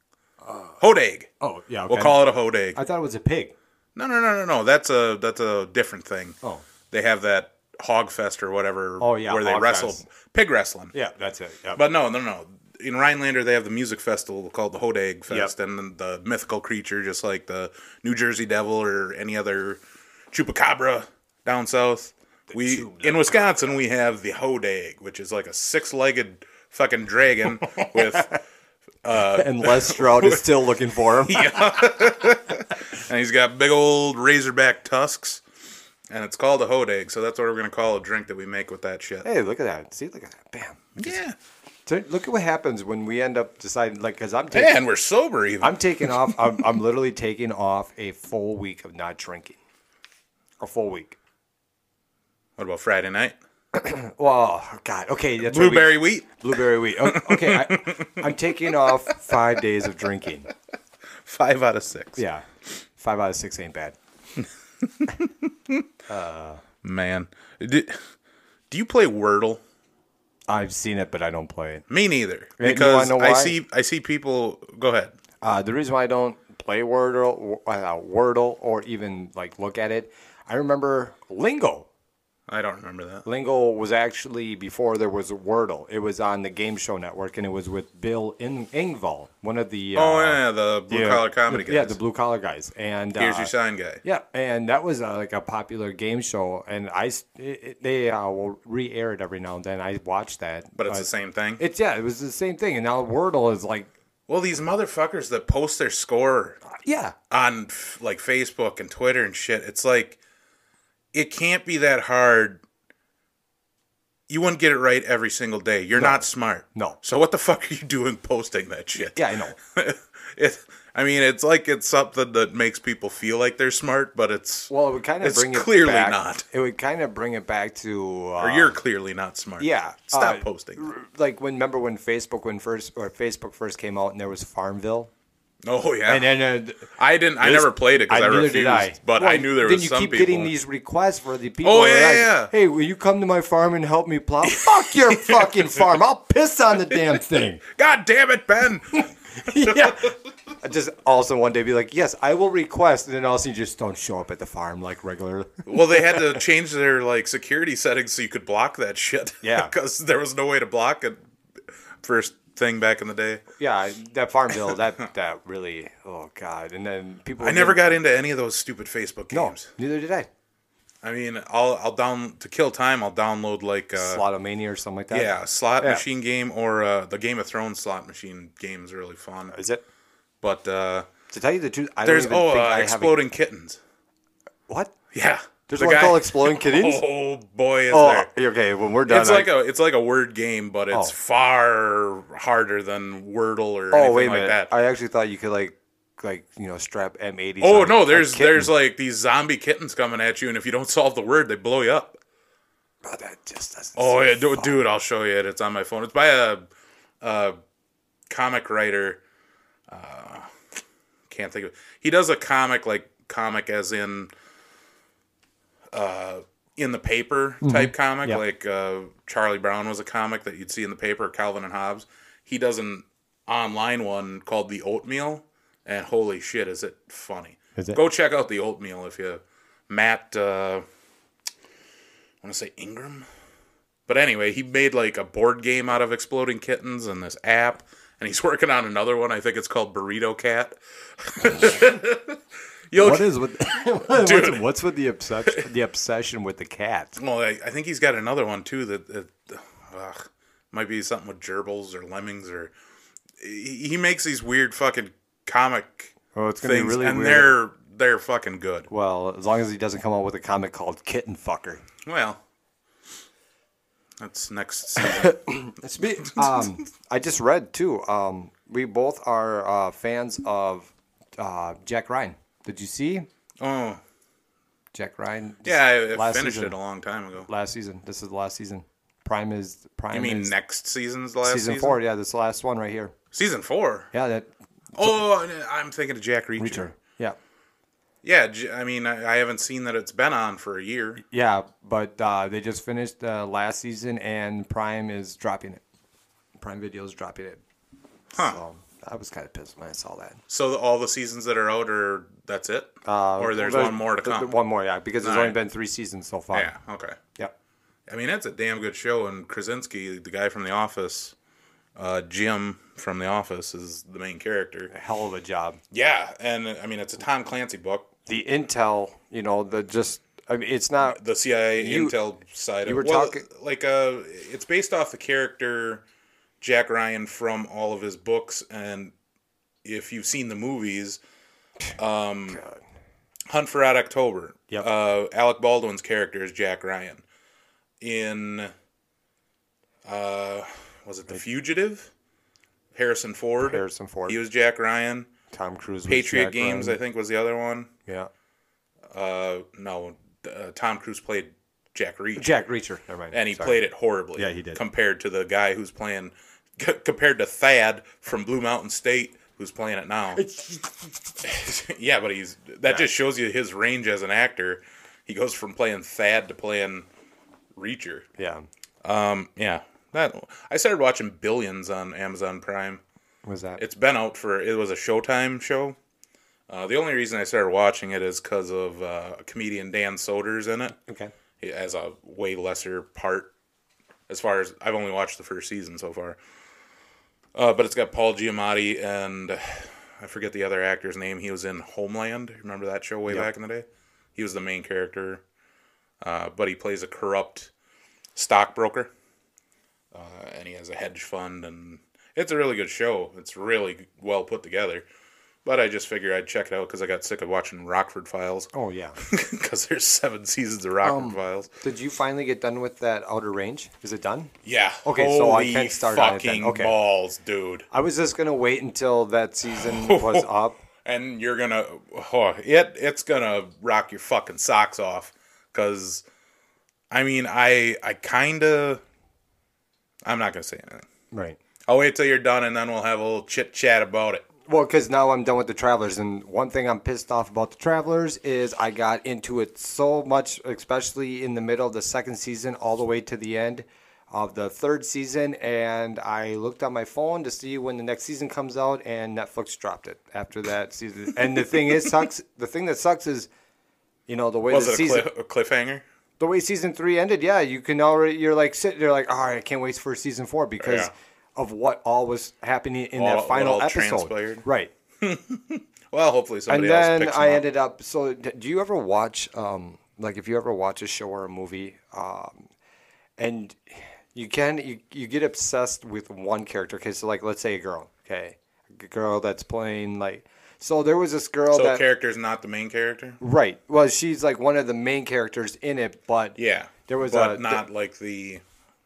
S2: Hodeg.
S4: Uh, Oh yeah.
S2: We'll call it a Hodeg.
S4: I thought it was a pig.
S2: No, no, no, no, no. That's a that's a different thing.
S4: Oh.
S2: They have that Hogfest or whatever.
S4: Oh, yeah,
S2: where they
S4: Hogfest.
S2: wrestle pig wrestling.
S4: Yeah, that's it. Yeah.
S2: But no, no, no. In Rhinelander, they have the music festival called the Hodeg Fest,
S4: Yep.
S2: and then the mythical creature, just like the New Jersey Devil or any other chupacabra down south. We in Wisconsin we have the Hodeg, which is like a six-legged fucking dragon
S4: [laughs]
S2: with,
S4: and [laughs] Les Stroud is still looking [laughs] for him.
S2: and he's got big old razorback tusks, and it's called a Hodeg. So that's what we're gonna call a drink that we make with that shit.
S4: Hey, look at that. See, look at that. Bam.
S2: Yeah,
S4: T- Look at what happens when we end up deciding, like, because I'm taking,
S2: man, we're sober even.
S4: I'm taking off, [laughs] I'm, I'm literally taking off a full week of not drinking. A full week.
S2: what about Friday night?
S4: Well, God. Okay. That's right, we-
S2: Blueberry wheat,
S4: blueberry wheat. O- Okay. I, I'm taking off five days of drinking.
S2: five out of six.
S4: Yeah. Five out of six ain't bad.
S2: Man, do, do you play Wordle?
S4: I've seen it, but I don't play it.
S2: Me neither.
S4: you wanna
S2: Because
S4: know
S2: I
S4: why?
S2: see I see people. Go ahead.
S4: Uh, the reason why I don't play Wordle, uh, Wordle, or even like look at it, I remember Lingo.
S2: I don't remember that.
S4: Lingo was actually before there was Wordle. It was on the Game Show Network, and it was with Bill In- Ingvall, one of the uh,
S2: Oh yeah, the blue collar comedy
S4: the-
S2: guys.
S4: Yeah, the blue collar guys. And
S2: Here's
S4: uh,
S2: your sign guy.
S4: Yeah, and that was uh, like a popular game show, and I s- it- it- they uh, will re-air it every now and then. I watched that,
S2: But it's the same thing.
S4: It's yeah, it was the same thing, and now Wordle is like
S2: Well, these motherfuckers that post their score
S4: Yeah.
S2: on f- like Facebook and Twitter and shit, it's like it can't be that hard. You wouldn't get it right every single day. You're not smart.
S4: No.
S2: So what the fuck are you doing posting that shit?
S4: Yeah, I know.
S2: [laughs] it, I mean, it's like it's something that makes people feel like they're smart, but it's
S4: Well, it would kind of
S2: It's
S4: bring it
S2: clearly
S4: back-
S2: not.
S4: It would kind of bring it back to uh,
S2: or you're clearly not smart.
S4: yeah.
S2: Stop
S4: uh,
S2: posting. that.
S4: r- Like when remember when Facebook when first or Facebook first came out and there was Farmville.
S2: Oh yeah.
S4: And then uh,
S2: I didn't. I
S4: This-
S2: never played it because I,
S4: neither
S2: refused.
S4: did I.
S2: But
S4: Well,
S2: I knew there
S4: then
S2: was
S4: you
S2: some
S4: keep
S2: people.
S4: getting these requests for the people.
S2: Oh,
S4: that are
S2: yeah,
S4: like,
S2: yeah.
S4: Hey, will you come to my farm and help me plow?
S2: [laughs]
S4: Fuck your fucking farm! I'll piss on the damn thing.
S2: God damn it, Ben!
S4: yeah. [laughs] I just also one day be like, yes, I will request, and then also you just don't show up at the farm like regular.
S2: well, they had to change their like security settings so you could block that shit. [laughs]
S4: Yeah.
S2: because there was no way to block it. First thing back in the day,
S4: Yeah, that farm
S2: [laughs]
S4: bill, that that really, oh god. And then people.
S2: I never got into any of those stupid Facebook
S4: No,
S2: games.
S4: neither did I.
S2: I mean, I'll I'll down to kill time. I'll download like uh,
S4: Slotomania or something like that.
S2: yeah, slot
S4: Yeah.
S2: machine game or uh, the Game of Thrones slot machine game is really fun.
S4: Is it?
S2: But uh,
S4: To tell you the truth, I
S2: there's
S4: don't even
S2: oh
S4: think
S2: uh,
S4: I
S2: exploding kittens.
S4: have a, what.
S2: Yeah,
S4: There's
S2: The
S4: one
S2: guy-
S4: called
S2: [laughs]
S4: Exploding Kittens.
S2: Oh boy, is
S4: Oh,
S2: there!
S4: okay. When we're done,
S2: It's
S4: I-
S2: like a it's like a word game, but it's
S4: Oh.
S2: far harder than Wordle or
S4: oh
S2: anything
S4: wait a
S2: like
S4: minute.
S2: that.
S4: I actually thought you could like, like you know, strap M80s.
S2: oh
S4: on
S2: no,
S4: a
S2: there's
S4: kitten.
S2: there's like these zombie kittens coming at you, and if you don't solve the word, they blow you up.
S4: Oh, that just doesn't.
S2: Oh
S4: seem
S2: yeah, du-
S4: fun.
S2: dude, I'll show you it. It's on my phone. It's by a, a comic writer. Uh, can't think of. He does a comic like comic as in, uh, in the paper
S4: Mm-hmm.
S2: type comic.
S4: Yep.
S2: Like uh, Charlie Brown was a comic that you'd see in the paper. Calvin and Hobbes. He does an online one called the Oatmeal, and holy shit, is it funny!
S4: Is it?
S2: Go check out the Oatmeal if you. Matt, uh, I want to say Ingram. But anyway, he made like a board game out of exploding kittens and this app, and he's [laughs] working on another one. I think it's called Burrito Cat. [laughs] You'll,
S4: [laughs] What is with [laughs] what's,
S2: Dude.
S4: what's with the
S2: [laughs]
S4: obsession? The obsession with the cat.
S2: well, I, I think he's got another one too that, that ugh, might be something with gerbils or lemmings or he, he makes these weird fucking comic
S4: Oh, it's gonna be
S2: things,
S4: really
S2: and
S4: weird.
S2: they're they're fucking good.
S4: Well, as long as he doesn't come out with a comic called "Kitten Fucker."
S2: Well, that's next season. [laughs]
S4: [laughs] um, I just read too. Um, we both are uh, fans of uh, Jack Ryan. Did you see
S2: oh.
S4: Jack Ryan?
S2: Yeah, I, I
S4: last
S2: finished
S4: season.
S2: it a long time ago.
S4: last season. This is the last season. Prime is Prime.
S2: You mean
S4: is
S2: next season's last
S4: season,
S2: season?
S4: four? Yeah, this is the last one right here.
S2: Season four.
S4: Yeah, that
S2: Oh, and I'm thinking of Jack Reacher.
S4: Reacher. Yeah,
S2: Yeah, J- I mean, I, I haven't seen that it's been on for a year.
S4: yeah, but uh, they just finished uh, last season, and Prime is dropping it. Prime Video is dropping it.
S2: Huh.
S4: So I was kind of pissed when I saw that.
S2: So the, all the seasons that are out are that's it, uh, or there's
S4: Well,
S2: one more to
S4: th-
S2: come.
S4: th- One more, yeah, because there's
S2: All
S4: only
S2: right.
S4: been three seasons so far.
S2: yeah, okay.
S4: Yep.
S2: I mean, that's a damn good show. And Krasinski, the guy from The Office, uh, Jim from The Office, is the main character.
S4: Hell of a job.
S2: Yeah, and I mean, it's a Tom Clancy book.
S4: The intel, you know, the just. I mean, it's not.
S2: the CIA
S4: You-
S2: intel side.
S4: you
S2: of,
S4: were
S2: well,
S4: talking-
S2: like uh, it's based off the character Jack Ryan from all of his books, and if you've seen the movies, um,
S4: God.
S2: Hunt for Red October.
S4: Yep.
S2: Uh, Alec Baldwin's character is Jack Ryan. In uh, was it The Fugitive? Harrison Ford.
S4: Harrison Ford.
S2: He was Jack Ryan.
S4: Tom Cruise. was
S2: Patriot
S4: Jack
S2: Games, I
S4: Ryan.
S2: think, was the other one.
S4: Yeah.
S2: Uh, no, uh, Tom Cruise played Jack Reacher.
S4: Jack Reacher. Never mind.
S2: and he
S4: Sorry.
S2: played it horribly.
S4: Yeah, he did.
S2: Compared to the guy who's playing, c- compared to Thad from Blue Mountain State, who's playing it
S4: [laughs]
S2: now. [laughs] yeah, but he's that just shows you his range as an actor. He goes from playing Thad to playing Reacher.
S4: Yeah.
S2: Yeah, that I started watching Billions on Amazon Prime.
S4: Was that?
S2: It's been out for it was a Showtime show. Uh, the only reason I started watching it is because of uh, comedian Dan Soder's in it
S4: okay.
S2: as a way lesser part as far as I've only watched the first season so far. Uh, but it's got Paul Giamatti and uh, I forget the other actor's name. He was in Homeland. Remember that show way back in the day? He was the main character, uh, but he plays a corrupt stockbroker, uh, and he has a hedge fund, and It's a really good show. It's really well put together. But I just figure I'd check it out because I got sick of watching Rockford Files.
S4: Oh yeah.
S2: [laughs] Because there's seven seasons of Rockford
S4: Um,
S2: Files.
S4: Did you finally get done with that Outer Range? Is it done?
S2: Yeah.
S4: okay, so I can't start on it then.
S2: fucking
S4: Okay.
S2: balls, dude.
S4: I was just gonna wait until that
S2: [laughs]
S4: season was up.
S2: and you're gonna oh, it it's gonna rock your fucking socks off because i mean i i kinda i'm not gonna say anything
S4: Right.
S2: i'll wait till you're done and then we'll have a little chit chat about it
S4: Well, because now I'm done with the Travelers, and one thing I'm pissed off about the Travelers is I got into it so much, especially in the middle of the second season, all the way to the end of the third season, and I looked on my phone to see when the next season comes out, and Netflix dropped it after that season. And the thing is, sucks. The thing that sucks is, you know, the way
S2: was
S4: the
S2: it a,
S4: season.
S2: cli- a cliffhanger
S4: the way season three ended, yeah, you can already you're like sitting there like, all right, I can't wait for season four because
S2: Yeah.
S4: of what all was happening in
S2: All-
S4: that final
S2: all
S4: episode.
S2: transpired.
S4: Right.
S2: well hopefully
S4: And
S2: somebody else
S4: then
S2: picks
S4: I
S2: them up.
S4: ended up so d- do you ever watch um like if you ever watch a show or a movie, um and you can you, you get obsessed with one character. Okay, so like let's say a girl, okay. A girl that's playing like so there was this girl
S2: so
S4: that
S2: character's not the main character
S4: right. Well, she's like one of the main characters in it, but
S2: yeah
S4: There was
S2: but
S4: a-
S2: not like the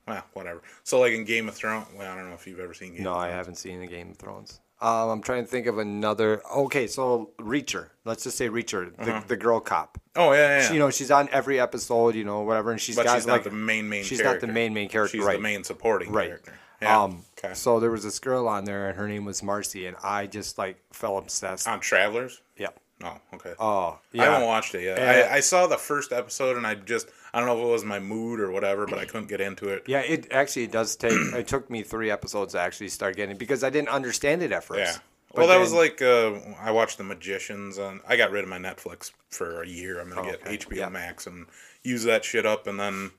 S2: well whatever so like in game of thrones well, i don't know if you've ever seen game
S4: No,
S2: of
S4: I haven't seen the Game of Thrones. Um, I'm trying to think of another. Okay, so Reacher. Let's just say Reacher, the, the girl cop.
S2: oh Mm-hmm. yeah, yeah, yeah.
S4: She- you know, she's on every episode. You know, whatever, and she's
S2: but
S4: got
S2: she's
S4: like
S2: not the main main
S4: She's
S2: character.
S4: not the main main character.
S2: she's
S4: right.
S2: the main supporting
S4: Right.
S2: character yeah.
S4: Um.
S2: okay.
S4: So there was this girl on there, and her name was Marcy, and I just like fell obsessed.
S2: on travelers
S4: yeah.
S2: Oh, okay.
S4: Oh,
S2: I
S4: yeah.
S2: haven't watched it yet.
S4: Yeah.
S2: I, I saw the first episode and I just I don't know if it was my mood or whatever, but I couldn't get into it.
S4: Yeah, it actually does take. [clears throat] it took me three episodes to actually start getting it because I didn't understand it at first.
S2: Yeah.
S4: But
S2: well, that was
S4: then-
S2: like uh, I watched The Magicians and I got rid of my Netflix for a year. I'm gonna get
S4: Oh, okay.
S2: HBO
S4: Yeah.
S2: Max and use that shit up, and then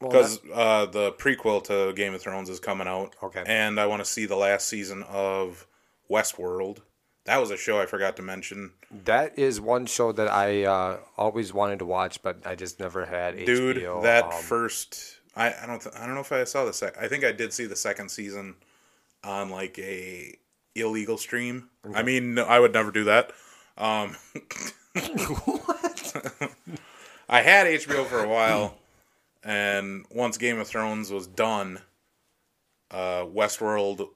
S4: Well, that-
S2: because uh, the prequel to Game of Thrones is coming out.
S4: Okay.
S2: And I want to see the last season of Westworld. That was a show I forgot to mention.
S4: That is one show that I uh, always wanted to watch, but I just never had.
S2: dude
S4: HBO,
S2: that
S4: um,
S2: first I, I don't th- i don't know if i saw the sec i think i did see the second season on like a illegal stream i mean no, i would never do that
S4: [laughs]
S2: um [laughs] i had hbo for a while and once game of thrones was done uh westworld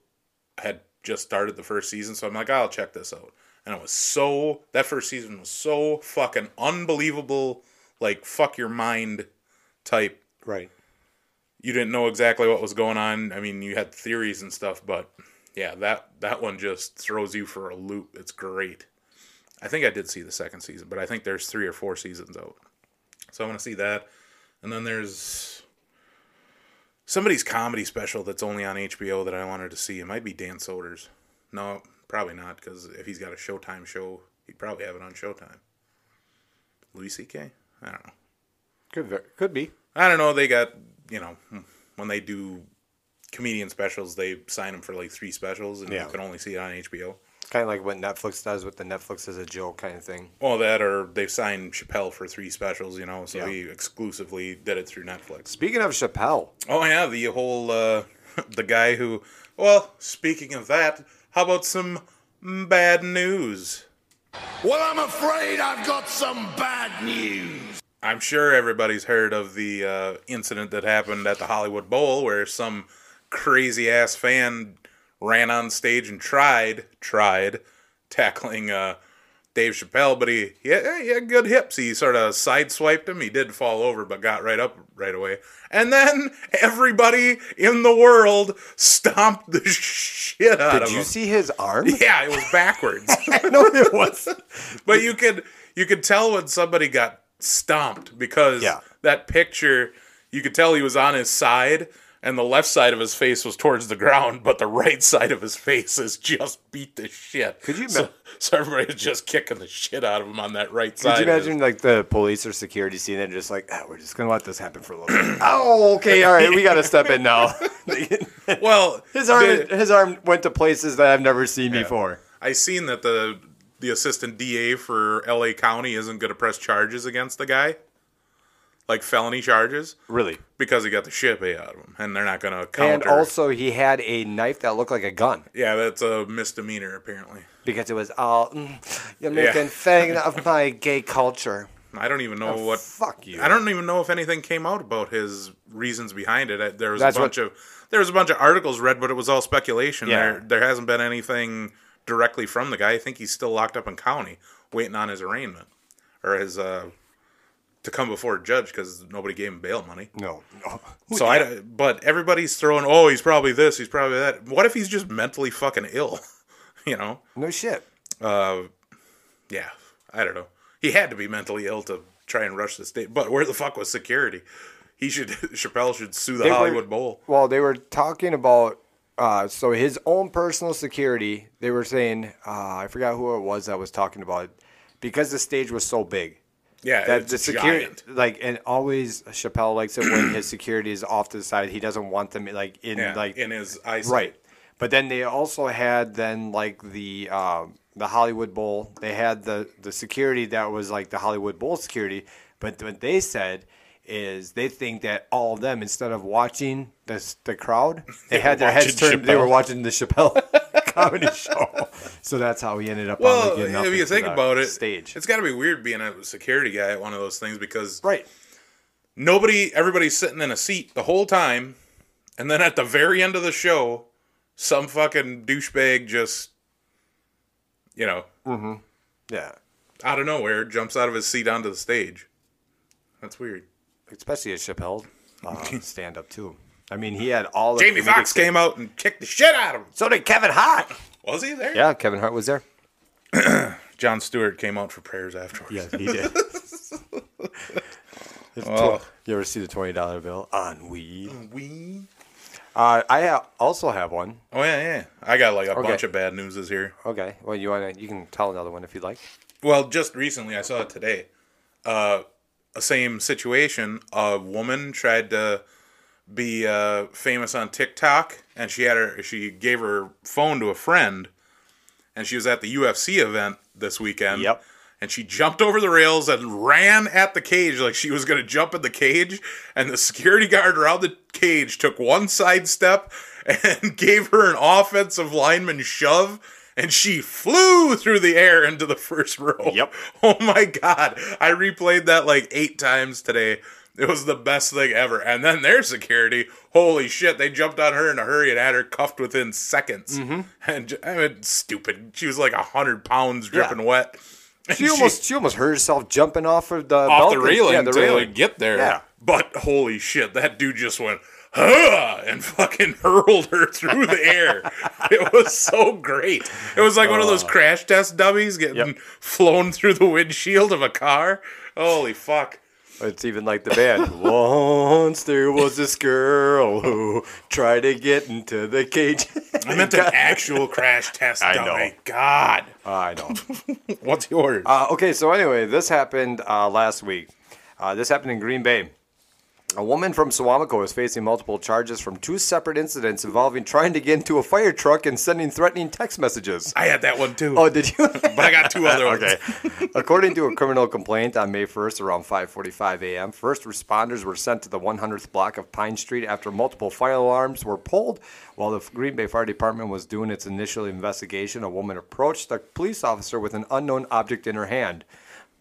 S2: had just started the first season so i'm like i'll check this out and it was so that first season was so fucking unbelievable like fuck your mind type.
S4: right.
S2: You didn't know exactly what was going on. I mean, you had theories and stuff, but yeah, that that one just throws you for a loop. It's great. I think I did see the second season, but I think there's three or four seasons out. So I want to see that. And then there's somebody's comedy special that's only on HBO that I wanted to see. It might be Dan Soder's. No, probably not because if he's got a Showtime show, he'd probably have it on Showtime. Louis C.K. I don't know.
S4: Could ver- could be.
S2: I don't know. They got you know hmm, when they do comedian specials, they sign them for like three specials, and
S4: Yeah.
S2: you can only see it on HBO.
S4: Kind of like what Netflix does with the Netflix as a joke kind of thing.
S2: Well, that or they've signed Chappelle for three specials, you know, so
S4: Yeah.
S2: he exclusively did it through Netflix.
S4: Speaking of Chappelle,
S2: Oh yeah, the whole uh, [laughs] the guy who. Well, speaking of that, how about some bad news?
S5: Well, I'm afraid I've got some bad news.
S2: I'm sure everybody's heard of the uh, incident that happened at the Hollywood Bowl where some crazy ass fan ran on stage and tried, tried tackling uh, Dave Chappelle, but he, he, had, he had good hips. He sort of sideswiped him. He did fall over, but got right up right away. And then everybody in the world stomped the [laughs] shit out of
S4: did you
S2: him.
S4: see his arm?
S2: [laughs] yeah, it was backwards.
S4: [laughs] no,
S2: [laughs]
S4: it was.
S2: But you could you could tell when somebody got stomped because
S4: Yeah.
S2: that picture you could tell he was on his side and the left side of his face was towards the ground, but the right side of his face is just beat the shit. Could
S4: you
S2: so,
S4: ima-
S2: so everybody was just kicking the shit out of him on that right side.
S4: Could you
S2: of his-
S4: imagine like the police or security scene and just like, ah, we're just gonna let this happen for a little
S2: [clears throat]
S4: bit. oh, okay, all right, we gotta step in now.
S2: [laughs]
S4: [laughs]
S2: Well,
S4: his arm,
S2: the-
S4: his arm went to places that I've never seen before.
S2: I seen that the the assistant DA for LA County isn't going to press charges against the guy. like felony charges
S4: Really.
S2: because he got the shit paid out of him, and they're not gonna
S4: And
S2: counter.
S4: also, he had a knife that looked like a gun
S2: yeah, that's a misdemeanor apparently.
S4: because it was all mm, you're making fun of my gay culture.
S2: I don't even know what.
S4: Oh, fuck you.
S2: I don't even know if anything came out about his reasons behind it. I, there was
S4: That's
S2: a bunch
S4: what-
S2: of there was a bunch of articles read, but it was all speculation.
S4: Yeah.
S2: There there hasn't been anything directly from the guy. I think he's still locked up in county, waiting on his arraignment or his uh, to come before a judge because nobody gave him bail money.
S4: No, [laughs] no.
S2: So I, don't- but everybody's throwing, oh, he's probably this, he's probably that. What if he's just mentally fucking ill? [laughs] you know?
S4: No shit.
S2: Yeah, I don't know. He had to be mentally ill to try and rush the state. But where the fuck was security? He should [laughs] Chappelle should sue the
S4: They were-
S2: Hollywood Bowl.
S4: Well, they were talking about uh, so his own personal security. They were saying uh, I forgot who it was that was talking about it, because the stage was so big.
S2: Yeah,
S4: That
S2: it's
S4: the security, [laughs]
S2: giant.
S4: like, and always Chappelle likes it when his security is off to the side. He doesn't want them like in
S2: Yeah,
S4: like
S2: in his eyesight.
S4: right. But then they also had then like the um, the Hollywood Bowl. They had the the security that was like the Hollywood Bowl security. But what they said is they think that all of them instead of watching the s- the
S2: [laughs]
S4: crowd, they had their heads
S2: watching
S4: turned. They were
S2: Chappelle.
S4: watching the Chappelle [laughs] comedy show. So that's how he ended up.
S2: Well,
S4: on the,
S2: if you think about it,
S4: stage.
S2: it's got to be weird being a security guy at one of those things because
S4: right.
S2: nobody, everybody's sitting in a seat the whole time, and then at the very end of the show, some fucking douchebag just, you know,
S4: Yeah.
S2: out of nowhere jumps out of his seat onto the stage. That's weird.
S4: Especially a Chappelle uh, stand up too. I mean, he had all.
S2: Jamie
S4: the comedic
S2: Foxx
S4: thing.
S2: came out and kicked the shit out of him.
S4: So did Kevin
S2: [laughs]
S4: Hart.
S2: Was he there?
S4: Yeah, Kevin Hart was there.
S2: John Stewart came out for prayers afterwards.
S4: Yeah, he did. You ever see the twenty dollar bill on weed?
S2: [laughs] We.
S4: Uh, I ha- also have one.
S2: Oh yeah, yeah. I got like a
S4: Okay.
S2: bunch of bad newses here.
S4: Okay. Well, you wanna you can tell another one if
S2: [laughs]
S4: you'd like.
S2: Well, just recently I saw it today. Uh, a same situation. A woman tried to be uh, famous on TikTok, and she had her. She gave her phone to a friend, and she was at the UFC event this weekend.
S4: Yep.
S2: And she jumped over the rails and ran at the cage like she was going to jump in the cage. And the security guard around the cage took one side step and [laughs] gave her an offensive lineman shove. And she flew through the air into the first row.
S4: Yep.
S2: [laughs] Oh my God. I replayed that like eight times today. It was the best thing ever. And then their security, holy shit, they jumped on her in a hurry and had her cuffed within seconds.
S4: Mm-hmm.
S2: And j- I mean, stupid. She was like 100 pounds dripping
S4: Yeah.
S2: wet. And
S4: She almost she almost hurt herself jumping off of the
S2: off the
S4: balcony.
S2: railing
S4: Yeah, the
S2: to
S4: railing.
S2: like, get there.
S4: Yeah.
S2: But holy shit, that dude just went huh, and [laughs] fucking hurled her through the
S4: [laughs]
S2: air. It was so great. It was like one of those crash test dummies getting
S4: Oh. Yep.
S2: flown through the windshield of a car. Holy fuck.
S4: It's even like the band. [laughs] Once there was this girl who tried to get into the cage. [laughs]
S2: I meant an actual crash test
S4: I
S2: dummy.
S4: know.
S2: God.
S4: I know.
S2: What's yours?
S4: Uh, okay, so anyway, this happened uh, last week. Uh, this happened in Green Bay. A woman from Suamico is facing multiple charges from two separate incidents involving trying to get into a fire truck and sending threatening text messages.
S2: I had that one too.
S4: Oh, [laughs] did you?
S2: but I got two other ones.
S4: okay. According to a criminal complaint on May 1st around 5:45 a.m., first responders were sent to the 100th block of Pine Street after multiple fire alarms were pulled. While the Green Bay Fire Department was doing its initial investigation, a woman approached a police officer with an unknown object in her hand.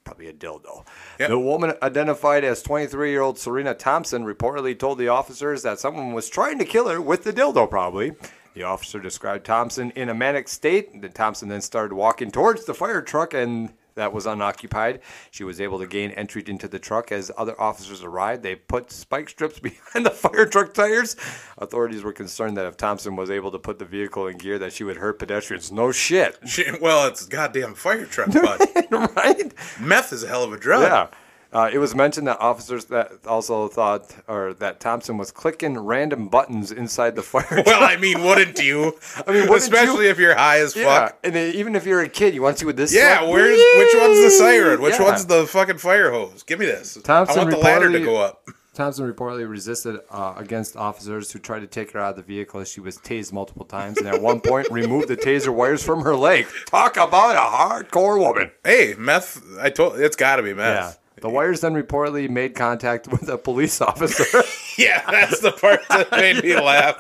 S4: Probably a dildo.
S2: Yep.
S4: The woman, identified as 23 year old Serena Thompson, reportedly told the officers that someone was trying to kill her with the dildo, probably. The officer described Thompson in a manic state. The Thompson then started walking towards the fire truck, and that was unoccupied. She was able to gain entry into the truck as other officers arrived. They put spike strips [laughs] behind the fire truck tires. Authorities were concerned that if Thompson was able to put the vehicle in gear, that she would hurt pedestrians. No shit, [laughs]
S2: Shit, Well, it's a goddamn fire truck, but
S4: right?
S2: meth is a hell of a drug.
S4: Yeah. Uh, it was mentioned that officers that also thought, or that Thompson was clicking random buttons inside the fire.
S2: [laughs] Well, I mean, wouldn't you? I
S4: mean, wouldn't
S2: especially
S4: you?
S2: if you're high as
S4: [laughs] yeah,
S2: fuck.
S4: and then even if you're a kid, you want to see what this.
S2: Yeah,
S4: like-
S2: where's which one's the siren? Which
S4: Yeah.
S2: one's the fucking fire hose? Give me this.
S4: Thompson
S2: I want the ladder to
S4: reportedly-
S2: go up.
S4: Thompson reportedly resisted uh, against officers who tried to take her out of the vehicle as she was tased multiple times, and at one point removed the taser wires from her leg. Talk about a hardcore woman.
S2: Hey, meth. I told it's got to be meth.
S4: Yeah. The wires then reportedly made contact with a police [laughs] officer.
S2: [laughs] Yeah, that's the part that made me laugh.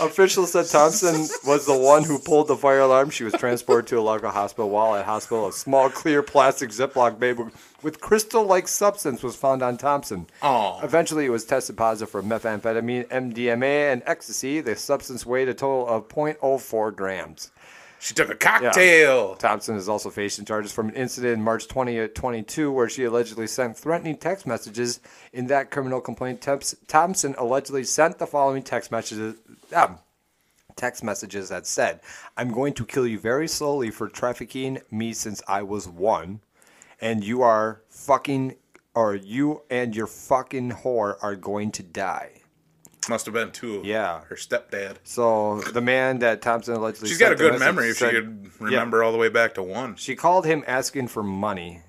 S4: Officials said Thompson was the one who pulled the fire alarm. She was transported to a local hospital. While at hospital, a small clear plastic Ziploc bag with crystal-like substance was found on Thompson.
S2: Aw.
S4: Eventually, it was tested positive for methamphetamine, MDMA, and ecstasy. The substance weighed a total of 0.04 grams.
S2: She took a cocktail.
S4: Thompson is also facing charges from an incident in March 2022 where she allegedly sent threatening text messages. In that criminal complaint, Temps- Thompson allegedly sent the following text messages. Um, text messages that said, "I'm going to kill you very slowly for trafficking me since I was one, and you are fucking, or you and your fucking whore are going to die."
S2: Must have been two. of
S4: Yeah.
S2: Her stepdad.
S4: So the man that Thompson allegedly
S2: She's got
S4: sent
S2: a
S4: the
S2: good
S4: message
S2: memory if she
S4: said-
S2: could
S4: Yeah.
S2: remember all the way back to one. [laughs]
S4: She called him asking for money.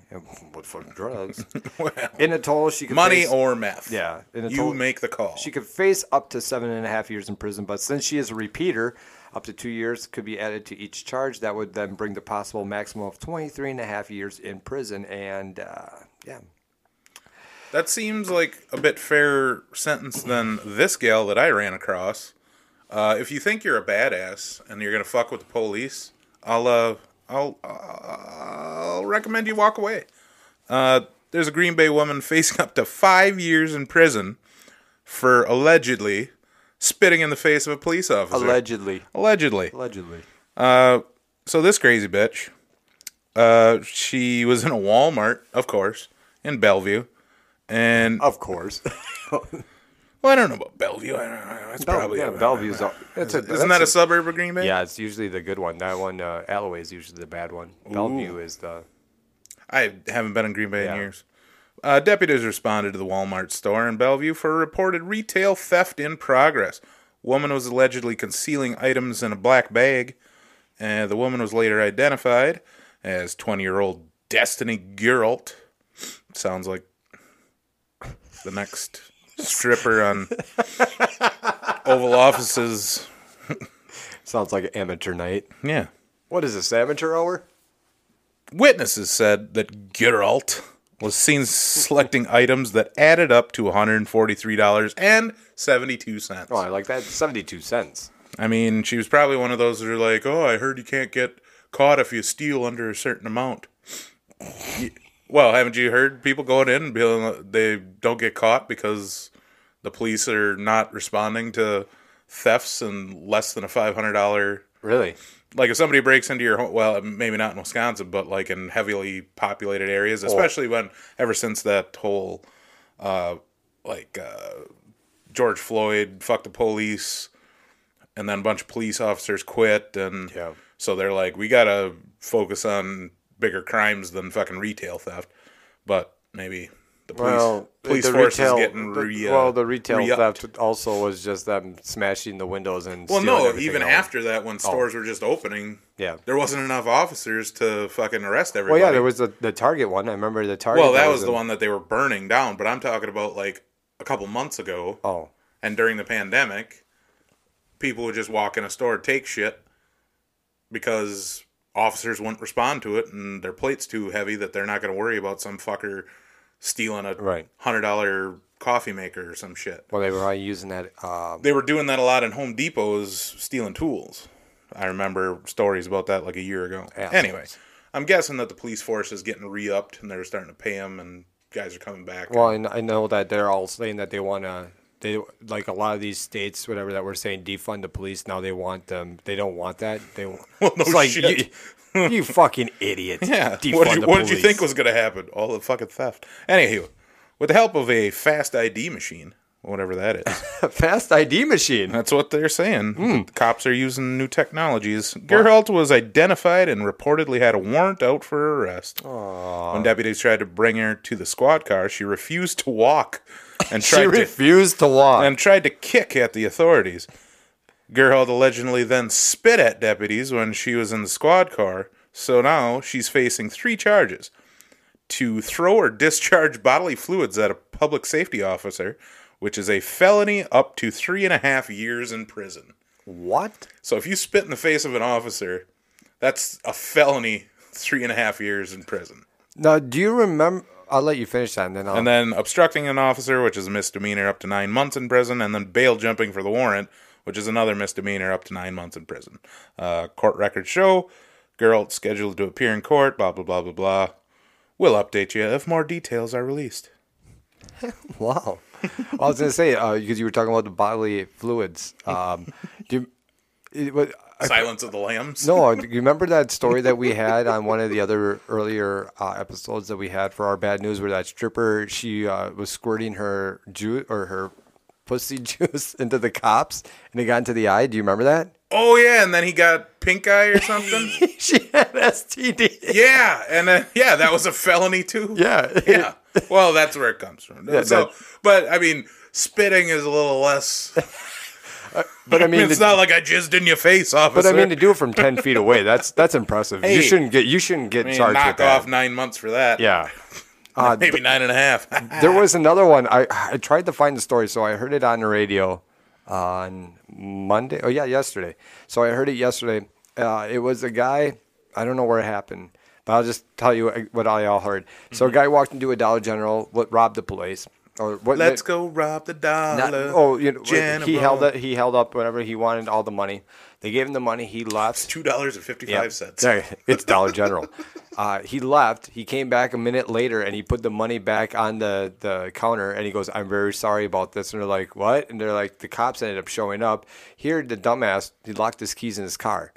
S4: What
S2: [laughs]
S4: for drugs? in a total, she could
S2: Money
S4: face-
S2: or meth.
S4: yeah. In a
S2: You
S4: total,
S2: make the call.
S4: She could face up to seven and a half years in prison, but since she is a repeater, up to two years could be added to each charge. That would then bring the possible maximum of 23 and a half years in prison. And uh, yeah,
S2: That seems like a bit fairer sentence than this gal that I ran across. Uh, if you think you're a badass and you're gonna fuck with the police, I'll uh, I'll I'll recommend you walk away. Uh, there's a Green Bay woman [laughs] facing up to five years in prison for allegedly spitting in the face of a police officer.
S4: allegedly,
S2: allegedly.
S4: allegedly.
S2: So this crazy bitch, uh, she was in a Walmart, of course, in Bellevue, and
S4: Of
S2: [laughs]
S4: course,
S2: Well, I don't know about Bellevue. I don't know. That's probably
S4: yeah, Bellevue's. a- that's
S2: Isn't that a,
S4: that's
S2: suburb of Green Bay?
S4: Yeah, it's usually the good one. That one, uh, Alloway is usually the bad one. Bellevue is the
S2: I haven't been in Green Bay
S4: Yeah.
S2: in years. Uh, deputies responded to the Walmart store in Bellevue for a reported retail theft in progress. Woman was allegedly concealing items in a black bag. Uh, the woman was later identified as 20-year-old Destiny Geralt. Sounds like the next stripper
S4: [laughs]
S2: on Oval Office's.
S4: Sounds like an amateur night.
S2: Yeah.
S4: What is this, amateur hour?
S2: Witnesses said that Geralt was seen selecting items that added up to $143.72.
S4: Oh, I like that. 72 cents.
S2: I mean, she was probably one of those that are like, oh, I heard you can't get caught if you steal under a certain amount. Y- well, haven't you heard people going in and being like, they don't get caught because the police are not responding to thefts and less than a $500
S4: Really?
S2: like if somebody breaks into your home well maybe not in wisconsin but like in heavily populated
S4: Oh.
S2: areas especially when ever since that whole uh like uh george floyd fuck the police and then a bunch of police officers quit and
S4: Yeah.
S2: so they're like we gotta focus on bigger crimes than fucking retail theft but maybe the police,
S4: Well,
S2: police
S4: the
S2: force
S4: retail,
S2: is getting
S4: the-
S2: re, uh,
S4: well, the retail
S2: re-upped.
S4: theft also was just them smashing the windows and
S2: Well,
S4: stealing
S2: no,
S4: everything
S2: even
S4: else. Oh.
S2: after that, when stores were just opening,
S4: Yeah.
S2: there wasn't enough officers to fucking arrest
S4: Well,
S2: everybody.
S4: yeah, there was the, the Target one. I remember the Target.
S2: Well, that was the
S4: in-
S2: one that they were burning down, but I'm talking about like a couple months ago,
S4: Oh,
S2: and during the pandemic, people would just walk in a store, take shit, because officers wouldn't respond to it, and their plate's too heavy that they're not going to worry about some fucker stealing a
S4: Right.
S2: hundred dollar coffee maker or some shit.
S4: well, they were all using that. Uh,
S2: They were doing that a lot in Home Depots, stealing tools. I remember stories about that like a year ago.
S4: Assholes.
S2: Anyway, I'm guessing that the police force is getting re upped and they're starting to pay them, and guys are coming back.
S4: well, I kn- I know that they're all saying that they want to. They like a lot of these states, whatever that were saying, defund the police. Now they want them. They don't want that.
S2: [laughs]
S4: They well, it's like
S2: shit.
S4: you, you fucking idiot.
S2: [laughs] [laughs] Yeah.
S4: Defund
S2: What, did you,
S4: the
S2: what did you
S4: police.
S2: think was going to happen? All the fucking theft. Anywho, with the help of a fast ID machine, whatever that is,
S4: [laughs] Fast ID machine.
S2: that's what they're saying.
S4: Hmm.
S2: The cops are using new technologies. Gerhalt was identified and reportedly had a warrant out for her arrest. When deputies tried to bring her to the squad car, she refused to walk and
S4: [laughs] She
S2: tried to
S4: refused to walk.
S2: and tried to kick at the authorities. Gerhold allegedly then spit at deputies when she was in the squad car, so now she's facing three charges to throw or discharge bodily fluids at a public safety officer, which is a felony up to three and a half years in prison.
S4: what?
S2: So if you spit in the face of an officer, that's a felony, three and a half years in prison.
S4: Now, do you remember? I'll let you finish that, and then I'll.
S2: and then obstructing an officer, which is a misdemeanor up to nine months in prison, and then bail jumping for the warrant, which is another misdemeanor up to nine months in prison. Uh, court records show Geralt scheduled to appear in court, blah, blah, blah, blah, blah. We'll update you if more details are released.
S4: [laughs] wow. I was gonna say because you were talking about the bodily fluids. Um, do you, it, what,
S2: [laughs]
S4: I
S2: Silence of the Lambs.
S4: No, do you remember that story that we had on one of the other earlier uh, episodes that we had for our bad news, where that stripper she uh, was squirting her juice or her pussy [laughs] juice into the cops, and it got into the eye. Do you remember that? [laughs]
S2: Oh, yeah, and then he got pink eye or something.
S4: she had STD.
S2: yeah, and then, yeah, that was a felony too.
S4: Yeah,
S2: Yeah. Well, that's where it comes from.
S4: Yeah,
S2: so,
S4: that-
S2: but I mean, spitting is a little less.
S4: But I
S2: I mean,
S4: mean,
S2: it's
S4: to-
S2: not like I jizzed in your face, officer.
S4: but I mean to do it from ten feet away. That's that's impressive.
S2: Hey.
S4: you shouldn't get you shouldn't get
S2: I mean,
S4: charged with
S2: knock
S4: that.
S2: off nine months for that.
S4: Yeah. Uh,
S2: [laughs] Maybe nine and a half.
S4: [laughs]
S2: [laughs]
S4: there was another one. I I tried to find the story, so I heard it on the radio on Monday. Oh yeah, yesterday. So I heard it yesterday. Uh, it was a guy. I don't know where it happened, but I'll just tell you uh, what I all heard. So
S2: Mm-hmm.
S4: a guy walked into a Dollar General, what robbed the place, or what?
S2: Let's go rob the dollar.
S4: Not- oh, you know,
S2: General.
S4: he held it. He held up whatever he wanted, all the money. They gave him the money. He left.
S2: Two dollars and fifty
S4: Yeah.
S2: five cents.
S4: There, it's
S2: [laughs]
S4: Dollar General. uh, he left. He came back a minute later and he put the money back on the, the counter and he goes, I'm very sorry about this. And they're like, What? And they're like, The cops ended up showing up. Here, the dumbass, he locked his keys in
S2: [laughs]
S4: his car.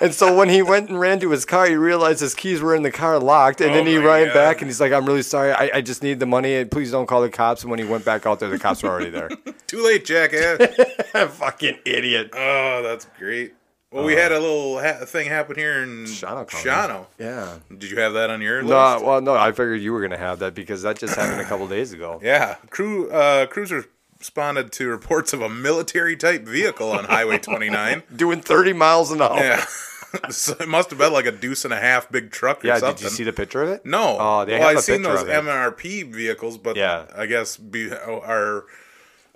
S4: and so when he went and ran to his car, he realized his keys were in the car locked. And
S2: Oh
S4: then he
S2: my
S4: ran
S2: God.
S4: back and he's like, I'm really sorry. I, I just need the money. Please don't call the cops. And when he went back out there, the cops were
S2: [laughs]
S4: already there.
S2: Too late, jackass.
S4: [laughs] Fucking idiot.
S2: oh, that's great. Well, we had a little ha- thing happen here in
S4: Shawano called me.
S2: Shawano.
S4: Yeah.
S2: Did you have that on your
S4: No,
S2: list?
S4: well, no, I figured you were gonna have that because that just happened a couple days ago.
S2: Yeah, crew uh, cruiser responded to reports of a military type vehicle on Highway 29.
S4: Doing 30 miles an hour.
S2: [laughs] Yeah, [laughs] so it must have been like a deuce and a half big truck or
S4: Yeah,
S2: something.
S4: did you see the picture of it?
S2: No.
S4: Oh, they
S2: well,
S4: have
S2: I've
S4: a
S2: seen
S4: picture
S2: those
S4: of it.
S2: MRP vehicles, but
S4: Yeah.
S2: I guess be, our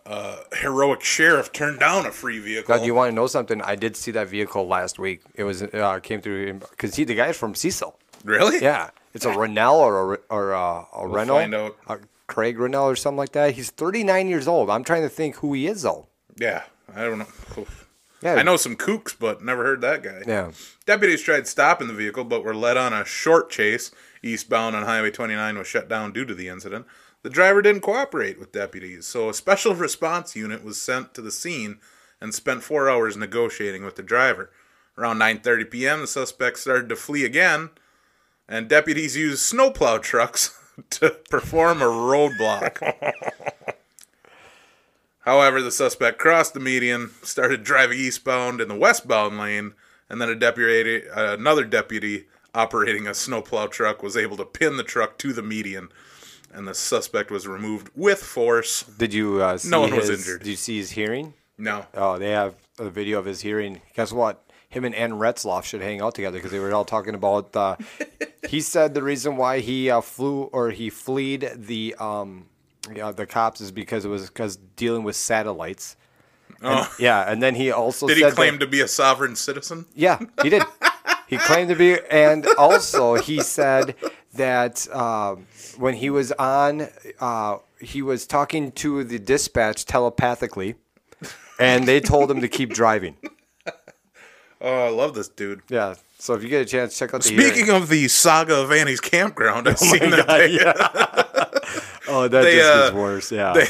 S2: uh, heroic sheriff turned down a free vehicle.
S4: God, you want to know something? I did see that vehicle last week. It was uh, came through because he the guy's from Cecil.
S2: really?
S4: Yeah, it's a Rennell or a, or a, a Renault,
S2: find out.
S4: a Craig Rennell or something like that. He's 39 years old. I'm trying to think who he is though.
S2: Yeah. I don't know.
S4: Yeah.
S2: I know some kooks, but never heard that guy.
S4: Yeah.
S2: Deputies tried stopping the vehicle, but were led on a short chase. Eastbound on Highway 29 was shut down due to the incident. The driver didn't cooperate with deputies, so a special [laughs] response unit was sent to the scene and spent four hours negotiating with the driver. Around 9:30 p.m., the suspect started to flee again, and deputies used snowplow trucks [laughs] to perform a roadblock. However, the suspect crossed the median, started driving eastbound in the westbound lane, and then a deputy, another deputy operating a snowplow truck, was able to pin the truck to the median, and the suspect was removed with force.
S4: Did you uh, see
S2: No one was
S4: his-
S2: injured.
S4: Did you see his hearing?
S2: No,
S4: Oh, they have a video of his hearing. Guess what? Him and Ann Retzloff should hang out together because they were all talking about. Uh, he said the reason why he uh, flew or he fleed the um, yeah, the cops is because it was because dealing with satellites. And- yeah, and then he also
S2: Oh. did
S4: said
S2: he
S4: that-
S2: claim to be a sovereign citizen?
S4: yeah, he did. he claimed to be, and also he said that um, when he was on, uh, he was talking to the dispatch telepathically, and they told him to keep driving.
S2: Oh, I love this dude.
S4: Yeah. So if you get a chance, check out the
S2: Speaking
S4: hearing.
S2: of the saga of Annie's campground, I've seen that they,
S4: oh, that
S2: they,
S4: just
S2: uh,
S4: gets worse. Yeah.
S2: they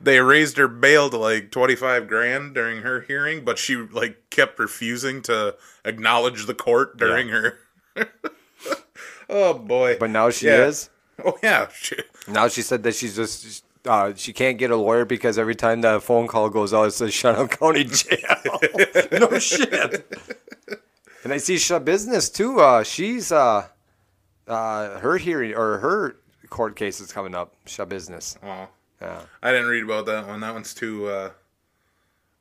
S2: they raised her bail to like twenty five grand during her hearing, but she like kept refusing to acknowledge the court during her. [laughs] oh boy!
S4: but now she
S2: Yeah.
S4: is.
S2: Oh yeah, she,
S4: Now she said that she's just. Uh, she can't get a lawyer because every time the phone call goes out, it says Shawnee County Jail. [laughs] no shit. And I see Shaw Business too. Uh, she's uh, uh, her hearing or her court case is coming up. Shaw Business.
S2: I didn't read about that one. That one's too. Uh...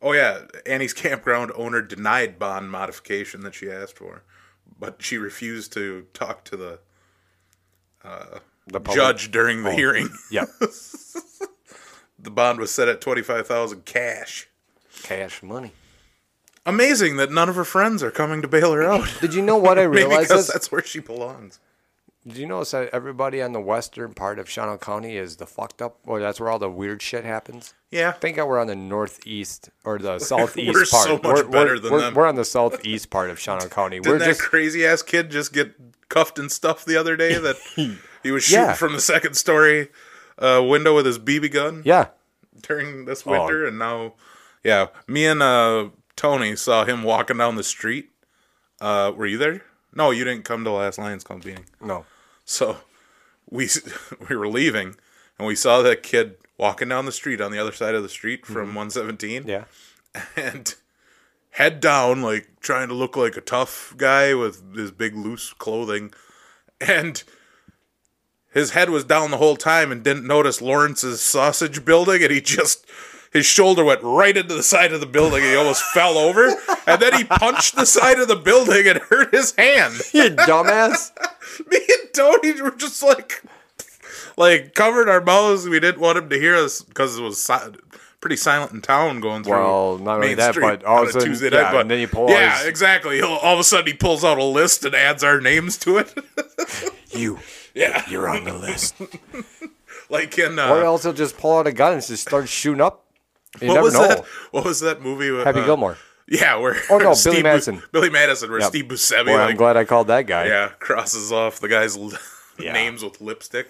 S2: Oh yeah, Annie's [laughs] campground owner denied bond modification that she asked for, but she refused to talk to the
S4: The public- Oh.
S2: judge during the hearing. [laughs]
S4: Yeah.
S2: The bond was set at twenty five thousand cash. [laughs]
S4: Cash money.
S2: Amazing that none of her friends are coming to bail her out.
S4: Did you know what I
S2: Oh, [laughs] Maybe
S4: realized?
S2: because
S4: this?
S2: that's where she belongs.
S4: Did you notice that everybody on the western part of Shawnee County is the fucked up? Or that's where all the weird shit happens.
S2: Yeah.
S4: Thank God we're on the northeast or the
S2: [laughs]
S4: southeast
S2: We're
S4: part.
S2: so much
S4: we're,
S2: better
S4: we're,
S2: than
S4: we're,
S2: them.
S4: We're on the southeast part of Shawnee County.
S2: Didn't
S4: we're
S2: that
S4: just
S2: crazy ass kid just get cuffed and stuffed the other day
S4: [laughs]
S2: that he was shooting
S4: Yeah.
S2: from the second story uh, window with his BB gun
S4: yeah.
S2: during this winter? And now, yeah, me and uh, Tony saw him walking down the street. Uh, were you there? No, you didn't come to last Lions Club meeting.
S4: No.
S2: So we [laughs] we were leaving and we saw that kid walking down the street on the other side of the street from 117 [laughs]
S4: Mm-hmm. Yeah.
S2: and head down, like trying to look like a tough guy with his big loose clothing. And his head was down the whole time and didn't notice Lawrence's sausage building, and he just his shoulder went right into the side of the building and he almost fell over. And then he punched the side of the building and hurt his hand.
S4: You dumbass.
S2: [laughs] Me and Tony were just like like covered our mouths. We didn't want him to hear us because it was si- pretty silent in town going through.
S4: Well, not only
S2: Main
S4: that,
S2: Street
S4: but all
S2: on
S4: of a sudden- yeah, and then he pulls-
S2: yeah, exactly. He'll, all of a sudden, he pulls out a list and adds our names to it. [laughs]
S4: You.
S2: yeah,
S4: You're on the
S2: [laughs]
S4: list.
S2: like in
S4: or
S2: uh,
S4: else he'll just pull out a gun and just start shooting up. You
S2: what
S4: never
S2: was
S4: know.
S2: that? What was that movie? With,
S4: Happy
S2: uh,
S4: Gilmore.
S2: Yeah, where [laughs]
S4: Oh, no, Billy
S2: Steve Bu-
S4: Madison.
S2: Billy Madison, where
S4: Yep.
S2: Steve Buscemi.
S4: Boy,
S2: like,
S4: I'm glad I called that guy.
S2: Yeah, crosses off the guy's l- [laughs]
S4: Yeah.
S2: names with
S4: [laughs]
S2: lipstick.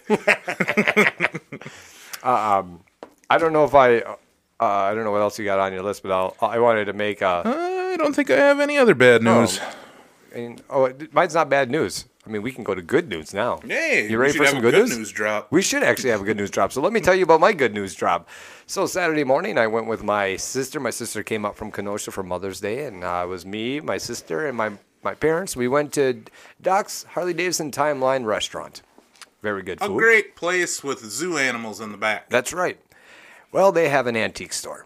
S4: I don't know if I. Uh, I don't know what else you got on your list, but I'll, I wanted to make. Uh,
S2: I don't think I have any other bad news.
S4: and, oh, it- mine's not bad news. I mean, we can go to good news now.
S2: Hey,
S4: you
S2: we
S4: ready
S2: should
S4: for
S2: have
S4: some
S2: a
S4: good,
S2: good
S4: news?
S2: news drop.
S4: We should actually have a good news drop. So let me tell you about my good news drop. So Saturday morning, I went with my sister. My sister came up from Kenosha for Mother's Day, and uh, it was me, my sister, and my my parents. We went to Doc's Harley Davidson Timeline Restaurant. Very good
S2: A
S4: food.
S2: great place with zoo animals in the back.
S4: That's right. Well, they have an antique store.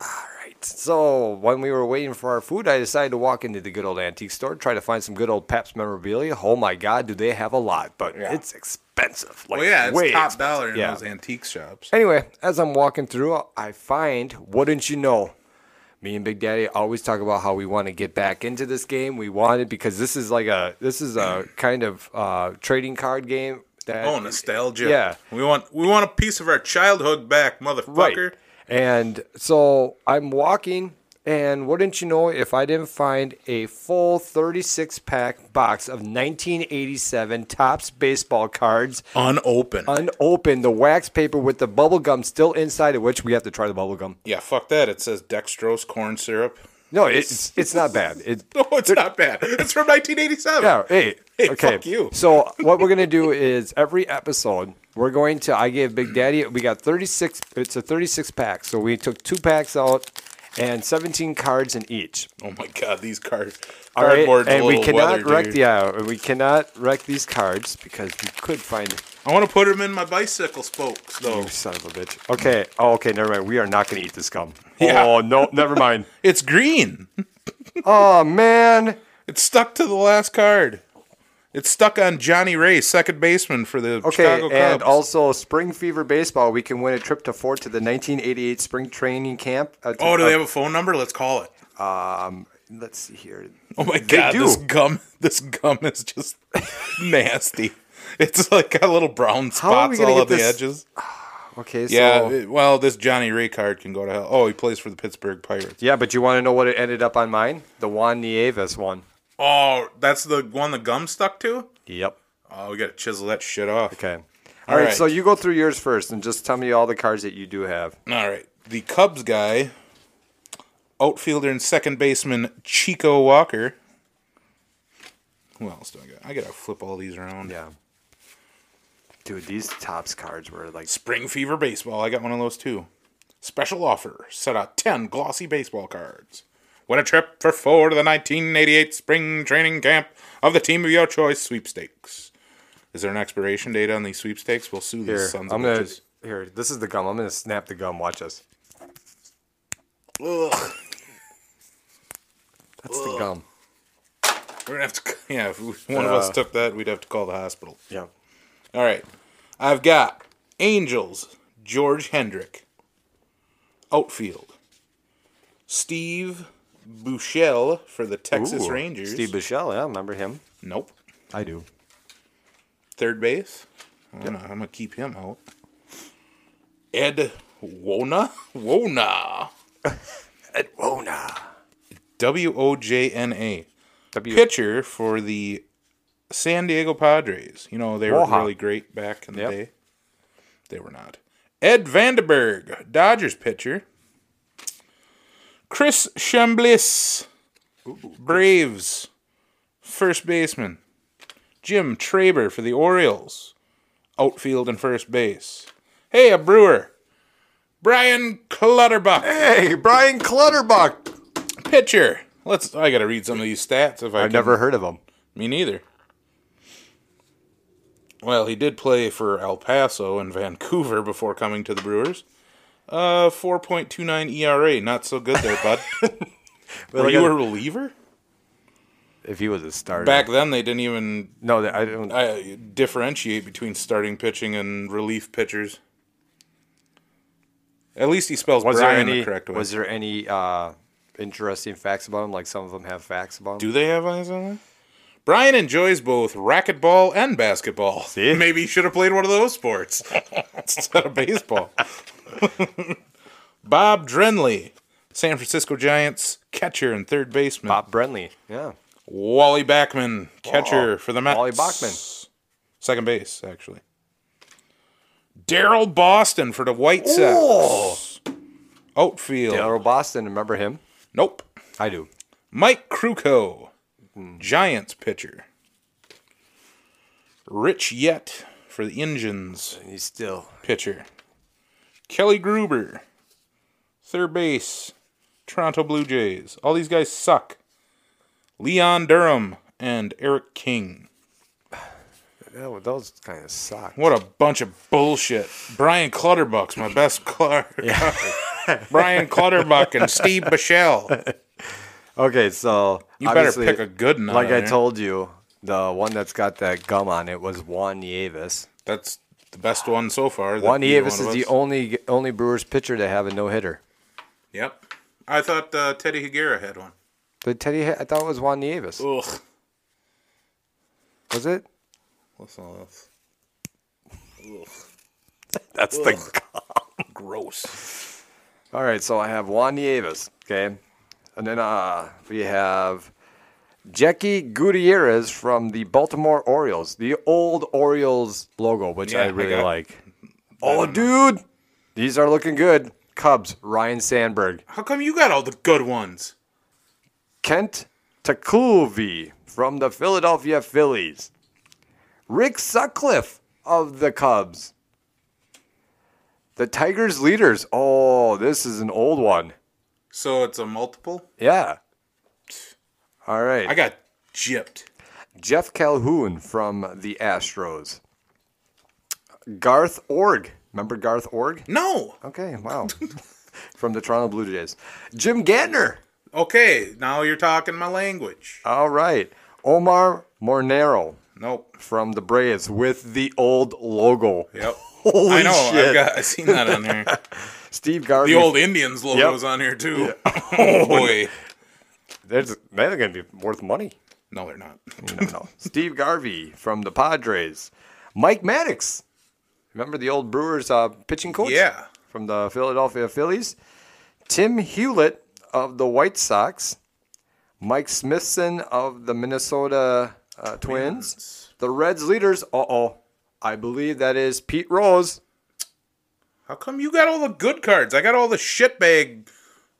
S4: All right. So when we were waiting for our food, I decided to walk into the good old antique store, try to find some good old Pabst memorabilia. Oh my God, do they have a lot? But it's expensive. Like,
S2: Well, yeah, it's
S4: way
S2: top
S4: expensive.
S2: dollar in
S4: Yeah.
S2: those antique shops.
S4: Anyway, as I'm walking through, I find, wouldn't you know, me and Big Daddy always talk about how we want to get back into this game. We want it because this is like a this is a kind of uh, trading card game. That
S2: Oh, nostalgia.
S4: Yeah.
S2: We want we want a piece of our childhood back, motherfucker.
S4: Right. And so I'm walking, and wouldn't you know if I didn't find a full 36 pack box of 1987 Topps baseball cards,
S2: Unopened.
S4: unopened, the wax paper with the bubble gum still inside of which we have to try the bubble gum.
S2: yeah, fuck that. It says dextrose corn syrup. [laughs]
S4: No, it's it's not bad. It,
S2: No, it's not bad. It's from 1987.
S4: yeah, hey,
S2: [laughs] Hey,
S4: okay.
S2: fuck you.
S4: So what we're gonna do is every episode we're going to. I gave Big Daddy. We got thirty six. It's a thirty six pack. So we took two packs out and seventeen cards in each.
S2: Oh my god, these cards.
S4: All right,
S2: Cardboard's a
S4: and we
S2: little
S4: cannot
S2: weathered,
S4: wreck
S2: dude.
S4: the yeah, we cannot wreck these cards because we could find
S2: I want to put them in my bicycle spokes, though.
S4: you son of a bitch. Okay, oh, okay, never mind. We are not going to eat this gum.
S2: [laughs] Yeah.
S4: Oh no,
S2: [laughs]
S4: never mind.
S2: It's green.
S4: oh man,
S2: It's stuck to the last card. It's stuck on Johnny Ray, second baseman for the
S4: okay,
S2: Chicago
S4: and
S2: Cubs.
S4: also spring fever baseball. We can win a trip to Fort to the 1988 spring training camp. Uh, to-
S2: oh, do
S4: uh,
S2: they have a phone number? Let's call it.
S4: Um, Let's see here.
S2: Oh my god,
S4: do.
S2: this gum this gum is just [laughs] nasty. It's like got little brown
S4: How are we
S2: spots
S4: gonna
S2: all
S4: get
S2: on the
S4: this- Oh.
S2: edges.
S4: Okay, so
S2: Yeah, it- well, this Johnny Ray card can go to hell. Oh, he plays for the Pittsburgh Pirates.
S4: yeah, but you want to know what it ended up on mine? The Juan Nieves one.
S2: Oh, that's the one the gum stuck to?
S4: Yep.
S2: Oh, we gotta chisel that shit off.
S4: Okay.
S2: All
S4: all right,
S2: right.
S4: so you go through yours first and just tell me all the cards that you do have.
S2: All right. The Cubs guy, outfielder and second baseman Chico Walker. Who else do I got? I gotta flip all these around.
S4: Yeah. Dude, these tops cards were like
S2: Spring Fever Baseball. I got one of those too. Special offer. Set out 10 glossy baseball cards. Win a trip for four to the 1988 spring training camp of the team of your choice sweepstakes. Is there an expiration date on these sweepstakes? We'll sue
S4: here.
S2: these sons
S4: I'm
S2: of
S4: gonna
S2: bitches.
S4: here. This is the gum. I'm gonna snap the gum. Watch us.
S2: Ugh.
S4: That's the gum.
S2: We're gonna have to, [laughs] yeah, if one of us
S4: Uh,
S2: took that, we'd have to call the hospital.
S4: Yeah.
S2: All right. I've got Angels, George Hendrick. Outfield, Steve Bouchel for the Texas Rangers.
S4: Steve Bichelle. Yeah, remember him?
S2: Nope.
S4: I do.
S2: third base. I'm gonna, I'm gonna keep him out. Ed Wona? Wona.
S4: Edwona.
S2: W O J N A.
S4: W-
S2: Pitcher for the San Diego Padres. You know, they were
S4: Woha.
S2: really great back in the
S4: Yep.
S2: day. They were not. Ed Vandenberg, Dodgers pitcher. Chris Chambliss, Braves, first baseman. Jim Traber for the Orioles, outfield and first base. Hey, a Brewer. Brian Clutterbuck
S4: Hey, Brian Clutterbuck.
S2: pitcher. Let's. I gotta read some of these stats. If I
S4: I've
S2: can.
S4: never heard of him.
S2: Me neither. Well, he did play for El Paso and [laughs] Vancouver before coming to the Brewers. Uh, four point two nine ERA. Not so good there,
S4: [laughs]
S2: bud.
S4: I
S2: Were you
S4: got-
S2: a reliever?
S4: If he was a starter.
S2: Back then, they didn't even
S4: No, that- I don't.
S2: uh, differentiate between starting pitching and relief pitchers. At least he spells
S4: was there
S2: Brian
S4: any?
S2: the correct way.
S4: Was there any uh, interesting facts about him? Like some of them have facts about him.
S2: Do they have eyes on that? Brian enjoys both racquetball and basketball.
S4: See?
S2: Maybe he should have played one of those
S4: [laughs]
S2: sports instead of baseball. [laughs] Bob Drenley, San Francisco Giants catcher and third baseman.
S4: Bob Brenly. Yeah.
S2: Wally Backman, catcher
S4: Oh,
S2: for the Mets.
S4: Wally Bachman.
S2: Second base, actually. Daryl Boston for the White Sox. Outfield.
S4: Daryl Boston. Remember him?
S2: Nope.
S4: I do.
S2: Mike Kruko, Giants pitcher. Rich Yet for the Engines
S4: And he's still.
S2: pitcher. Kelly Gruber, third base, Toronto Blue Jays. All these guys suck. Leon Durham and Eric King.
S4: Yeah, well, those kind of suck.
S2: What a bunch of bullshit. Brian Clutterbuck's my best [laughs] Clark. Brian Clutterbuck
S4: [laughs]
S2: and Steve Bichelle.
S4: Okay, so
S2: You better
S4: obviously,
S2: pick a good eh? one.
S4: Like
S2: out
S4: I
S2: there.
S4: told you, the one that's got that gum on it was Juan Nieves.
S2: That's the best one so far. that
S4: Juan
S2: either
S4: Nieves
S2: one
S4: is
S2: of
S4: the
S2: us-
S4: only only Brewers pitcher to have a no hitter.
S2: Yep. I thought uh, Teddy Higuera had one.
S4: But Teddy, I thought it was Juan Nieves.
S2: Ugh.
S4: Was it?
S2: What's all this?
S4: That's the.
S2: Gross.
S4: All right, so I have Juan Nieves. Okay, and then uh, we have Jackie Gutierrez from the Baltimore Orioles, the old Orioles logo, which
S2: Yeah,
S4: I
S2: I
S4: really
S2: got-
S4: like. Oh, dude, these are looking good. Cubs, Ryan Sandberg.
S2: How come you got all the good ones?
S4: Kent Takuvi from the Philadelphia Phillies. Rick Sutcliffe of the Cubs. The Tigers leaders. Oh, this is an old one.
S2: So it's a multiple?
S4: Yeah. All right.
S2: I got gypped.
S4: Jeff Calhoun from the Astros. Garth Org. Remember Garth Org?
S2: No.
S4: Okay,
S2: [laughs]
S4: wow. from the Toronto Blue Jays. Jim Gantner.
S2: Okay, now you're talking my language.
S4: All right. Omar Mornero.
S2: Nope.
S4: from the Braves with the old logo.
S2: [laughs] Yep.
S4: Holy
S2: I know.
S4: shit!
S2: I've got. I've seen that on [laughs] there.
S4: Steve Garvey.
S2: The old Indians logo
S4: Yep.
S2: is on here too. [laughs] Oh boy.
S4: There's- they're going to be worth money.
S2: No, they're not.
S4: No,
S2: [laughs]
S4: no. Steve Garvey from the Padres. Mike Maddox. Remember the old Brewers uh, pitching coach?
S2: Yeah.
S4: From the Philadelphia Phillies. Tim Hewlett of the White Sox. Mike Smithson of the Minnesota uh, Twins. The Reds leaders. Uh oh. I believe that is Pete Rose.
S2: How come you got all the good cards? I got all the shitbag,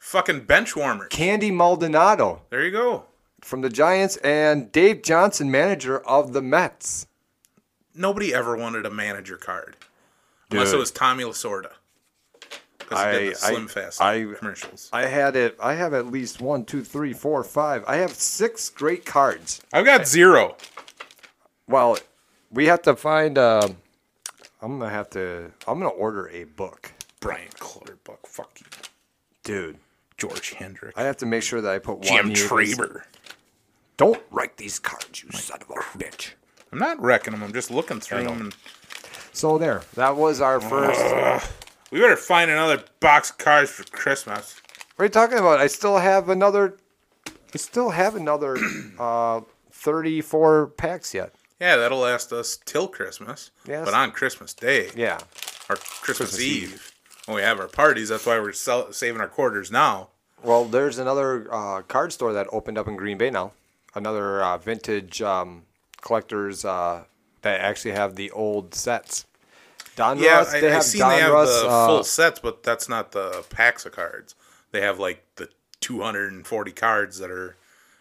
S2: fucking bench warmers.
S4: Candy Maldonado.
S2: There you go.
S4: from the Giants and Dave Johnson, manager of the Mets.
S2: nobody ever wanted a manager card unless it
S4: Dude.
S2: was Tommy Lasorda. Because he did the
S4: I- I-
S2: Slim Fast
S4: I-
S2: commercials.
S4: I had it. I have at least one, two, three, four, five. I have six great cards.
S2: I've got zero.
S4: Well, we have to find. Uh, I'm gonna have to. I'm gonna order a book,
S2: Brian Clutterbuck, fuck you.
S4: dude.
S2: George Hendrick,
S4: I have to make sure that I put one.
S2: Jim
S4: Nieves-
S2: Traber.
S4: Don't write these cards, you son of a bitch.
S2: I'm not wrecking them. I'm just looking through them. And
S4: So there. That was our first. What
S2: we better find another box of cards for Christmas.
S4: are you talking about? I still have another. I still have another uh, 34 packs yet.
S2: Yeah, that'll last us till Christmas.
S4: Yes.
S2: But on Christmas Day,
S4: Yeah.
S2: or Christmas, Eve, when we have our parties, that's why we're sell- saving our quarters now.
S4: Well, there's another uh, card store that opened up in Green Bay now. Another uh, vintage um, collectors uh, that actually have the old sets. Don
S2: Yeah,
S4: Russ,
S2: I,
S4: they
S2: I
S4: have
S2: seen
S4: Don
S2: they have
S4: Russ.
S2: the
S4: uh,
S2: full sets, but that's not the packs of cards. They have like the 240 cards that are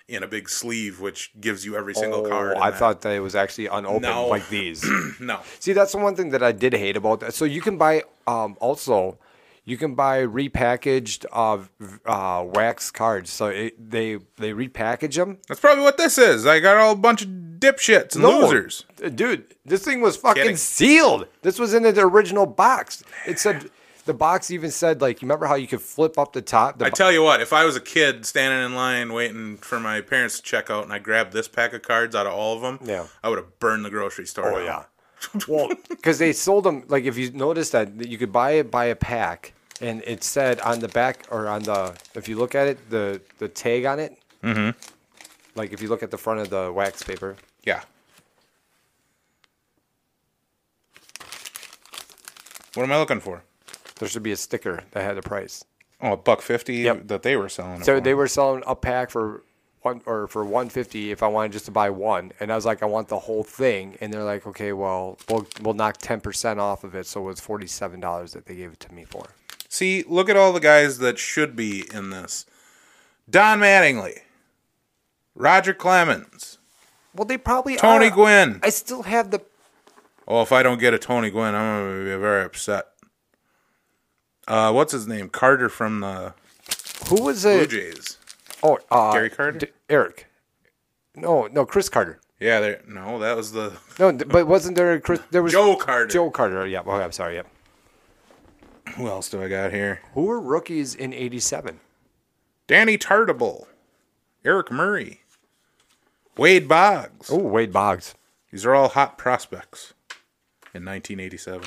S2: in a big sleeve, which gives you every single
S4: oh,
S2: card. in
S4: I
S2: that.
S4: thought that it was actually unopened
S2: No. [clears throat]
S4: like these.
S2: [laughs] no,
S4: See, that's the one thing that I did hate about that. So you can buy um, also, you can buy repackaged uh, v- uh, wax cards. So it, they they repackage them.
S2: that's probably what this is. I got all a bunch of dipshits and losers.
S4: Uh, dude. This thing was fucking
S2: Kidding.
S4: sealed. This was in the original box. It said the box even said like, you remember how you could flip up the top? The
S2: I
S4: bo-
S2: tell you what, if I was a kid standing in line waiting for my parents to check out, and I grabbed this pack of cards out of all of them,
S4: Yeah.
S2: I would have burned the grocery store.
S4: Oh
S2: down.
S4: [laughs] yeah. well, because they sold them. Like if you notice that that you could buy it by a pack, and it said on the back or on the if you look at it, the the tag on it. Mm-hmm. Like if you look at the front of the wax paper,
S2: yeah. What am I looking for?
S4: there should be a sticker that had the price.
S2: Oh, a buck fifty
S4: Yep.
S2: that they were selling. it
S4: So
S2: for.
S4: they were selling a pack for one or for one fifty if I wanted just to buy one, and I was like, I want the whole thing, and they're like, okay, well, we'll we'll knock ten percent off of it, so it was forty seven dollars that they gave it to me for.
S2: see. Look at all the guys that should be in this: Don Mattingly, Roger Clemens,
S4: Well, they probably
S2: Tony
S4: are.
S2: Gwynn.
S4: I still have the
S2: Oh, if I don't get a Tony Gwynn, I'm gonna be very upset. Uh, what's his name? Carter from the
S4: who was
S2: Blue
S4: it?
S2: Jays.
S4: Oh, uh,
S2: Gary Carter?
S4: D- Eric. No, no, Chris Carter.
S2: Yeah, there. No, that was the [laughs]
S4: No, th- but wasn't there a Chris? There was
S2: Joe Carter.
S4: Joe Carter. Yeah. Okay, I'm sorry. Yeah.
S2: Who else do I got here?
S4: Who were rookies in '87?
S2: Danny Tartable, Eric Murray, Wade Boggs.
S4: Oh, Wade Boggs.
S2: These are all hot prospects in 1987.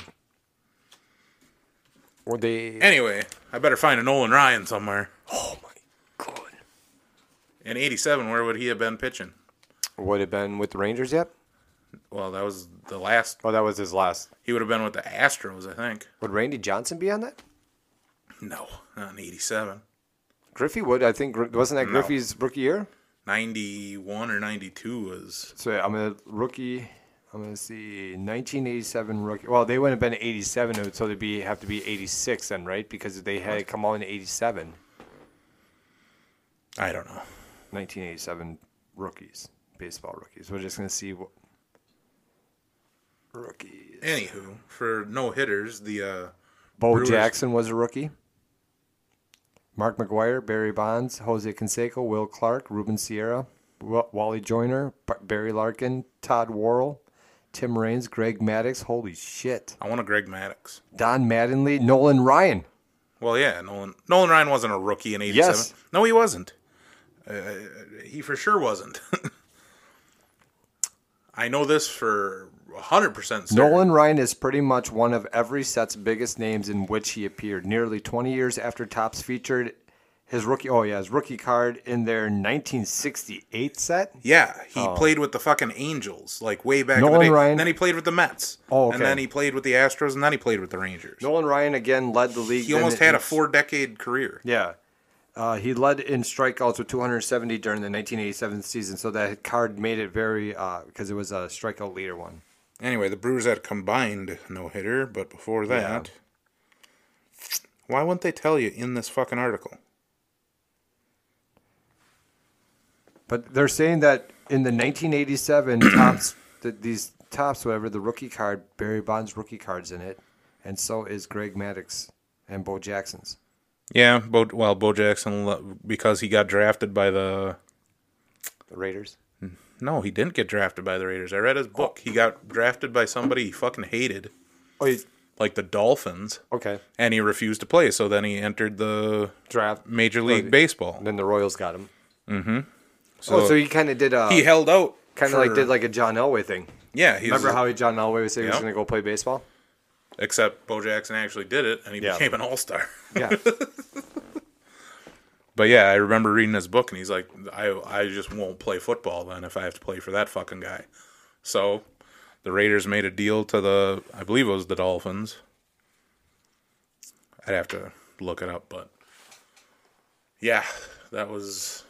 S4: Were they?
S2: Anyway, I better find a Nolan Ryan somewhere.
S4: Oh my god.
S2: In '87, where would he have been pitching?
S4: Would have been with the Rangers yet?
S2: Well, that was the last.
S4: Oh, that was his last.
S2: He would have been with the Astros, I think.
S4: Would Randy Johnson be on that?
S2: No, not in '87.
S4: Griffey would. I think Gr- wasn't that Griffey's rookie year?
S2: 91 or 92 was
S4: So yeah, I'm gonna rookie. I'm gonna see 1987 rookie. Well, they wouldn't have been 87, so they'd be have to be 86 then, right? Because they had come on in 87.
S2: I don't know.
S4: 1987 rookies, baseball rookies. We're just gonna see what rookies.
S2: Anywho, for no hitters, the uh,
S4: Bo
S2: Brewers.
S4: Jackson was a rookie. Mark McGuire, Barry Bonds, Jose Canseco, Will Clark, Ruben Sierra, Wa- Wally Joyner, B- Barry Larkin, Todd Worrell, Tim Raines, Greg Maddox. Holy shit!
S2: I want a Greg Maddox.
S4: Don Mattingly, Nolan Ryan.
S2: Well, yeah, Nolan Nolan Ryan wasn't a rookie in '87.
S4: Yes.
S2: No, he wasn't. Uh, he for sure wasn't. [laughs] I know this for 100% certain.
S4: Nolan Ryan is pretty much one of every set's biggest names in which he appeared. Nearly 20 years after Topps featured his rookie, oh yeah, his rookie card in their 1968 set.
S2: Yeah, he played with the fucking Angels like way back in
S4: Nolan
S2: the day.
S4: Ryan-
S2: And then he played with the Mets.
S4: Oh, okay.
S2: And then he played with the Astros and then he played with the Rangers.
S4: Nolan Ryan again led the league.
S2: He
S4: in-
S2: almost had a four-decade career.
S4: Yeah. Uh, he led in strikeouts with 270 during the 1987 season, so that card made it very because it was a strikeout leader one.
S2: Anyway, the Brewers had a combined no hitter, but before that, why wouldn't they tell you in this fucking article?
S4: But they're saying that in the [clears throat] 1987 tops, that these tops, whatever the rookie card, Barry Bonds rookie cards in it, and so is Greg Maddox and Bo Jackson's.
S2: Yeah, Bo, well, Bo Jackson le- because he got drafted by the.
S4: The Raiders.
S2: No, he didn't get drafted by the Raiders. I read his book. He got drafted by somebody he fucking hated,
S4: Oh, he's,
S2: like the Dolphins,
S4: okay.
S2: and he refused to play. So then he entered the
S4: Draft.
S2: Major League Baseball.
S4: And then the Royals got him.
S2: So,
S4: oh, so he kind of did a
S2: he held out.
S4: kind of like
S2: for-
S4: did like a John Elway thing.
S2: yeah. He
S4: Remember how he, John Elway would say he was
S2: Yep.
S4: going to go play baseball?
S2: except Bo Jackson actually did it, and he
S4: Yeah.
S2: became an All
S4: [laughs]
S2: Star.
S4: [laughs] Yeah.
S2: But yeah, I remember reading his book, and he's like, "I I just won't play football then if I have to play for that fucking guy." So the Raiders made a deal to the, I believe it was the Dolphins. I'd have to look it up, but yeah, that was.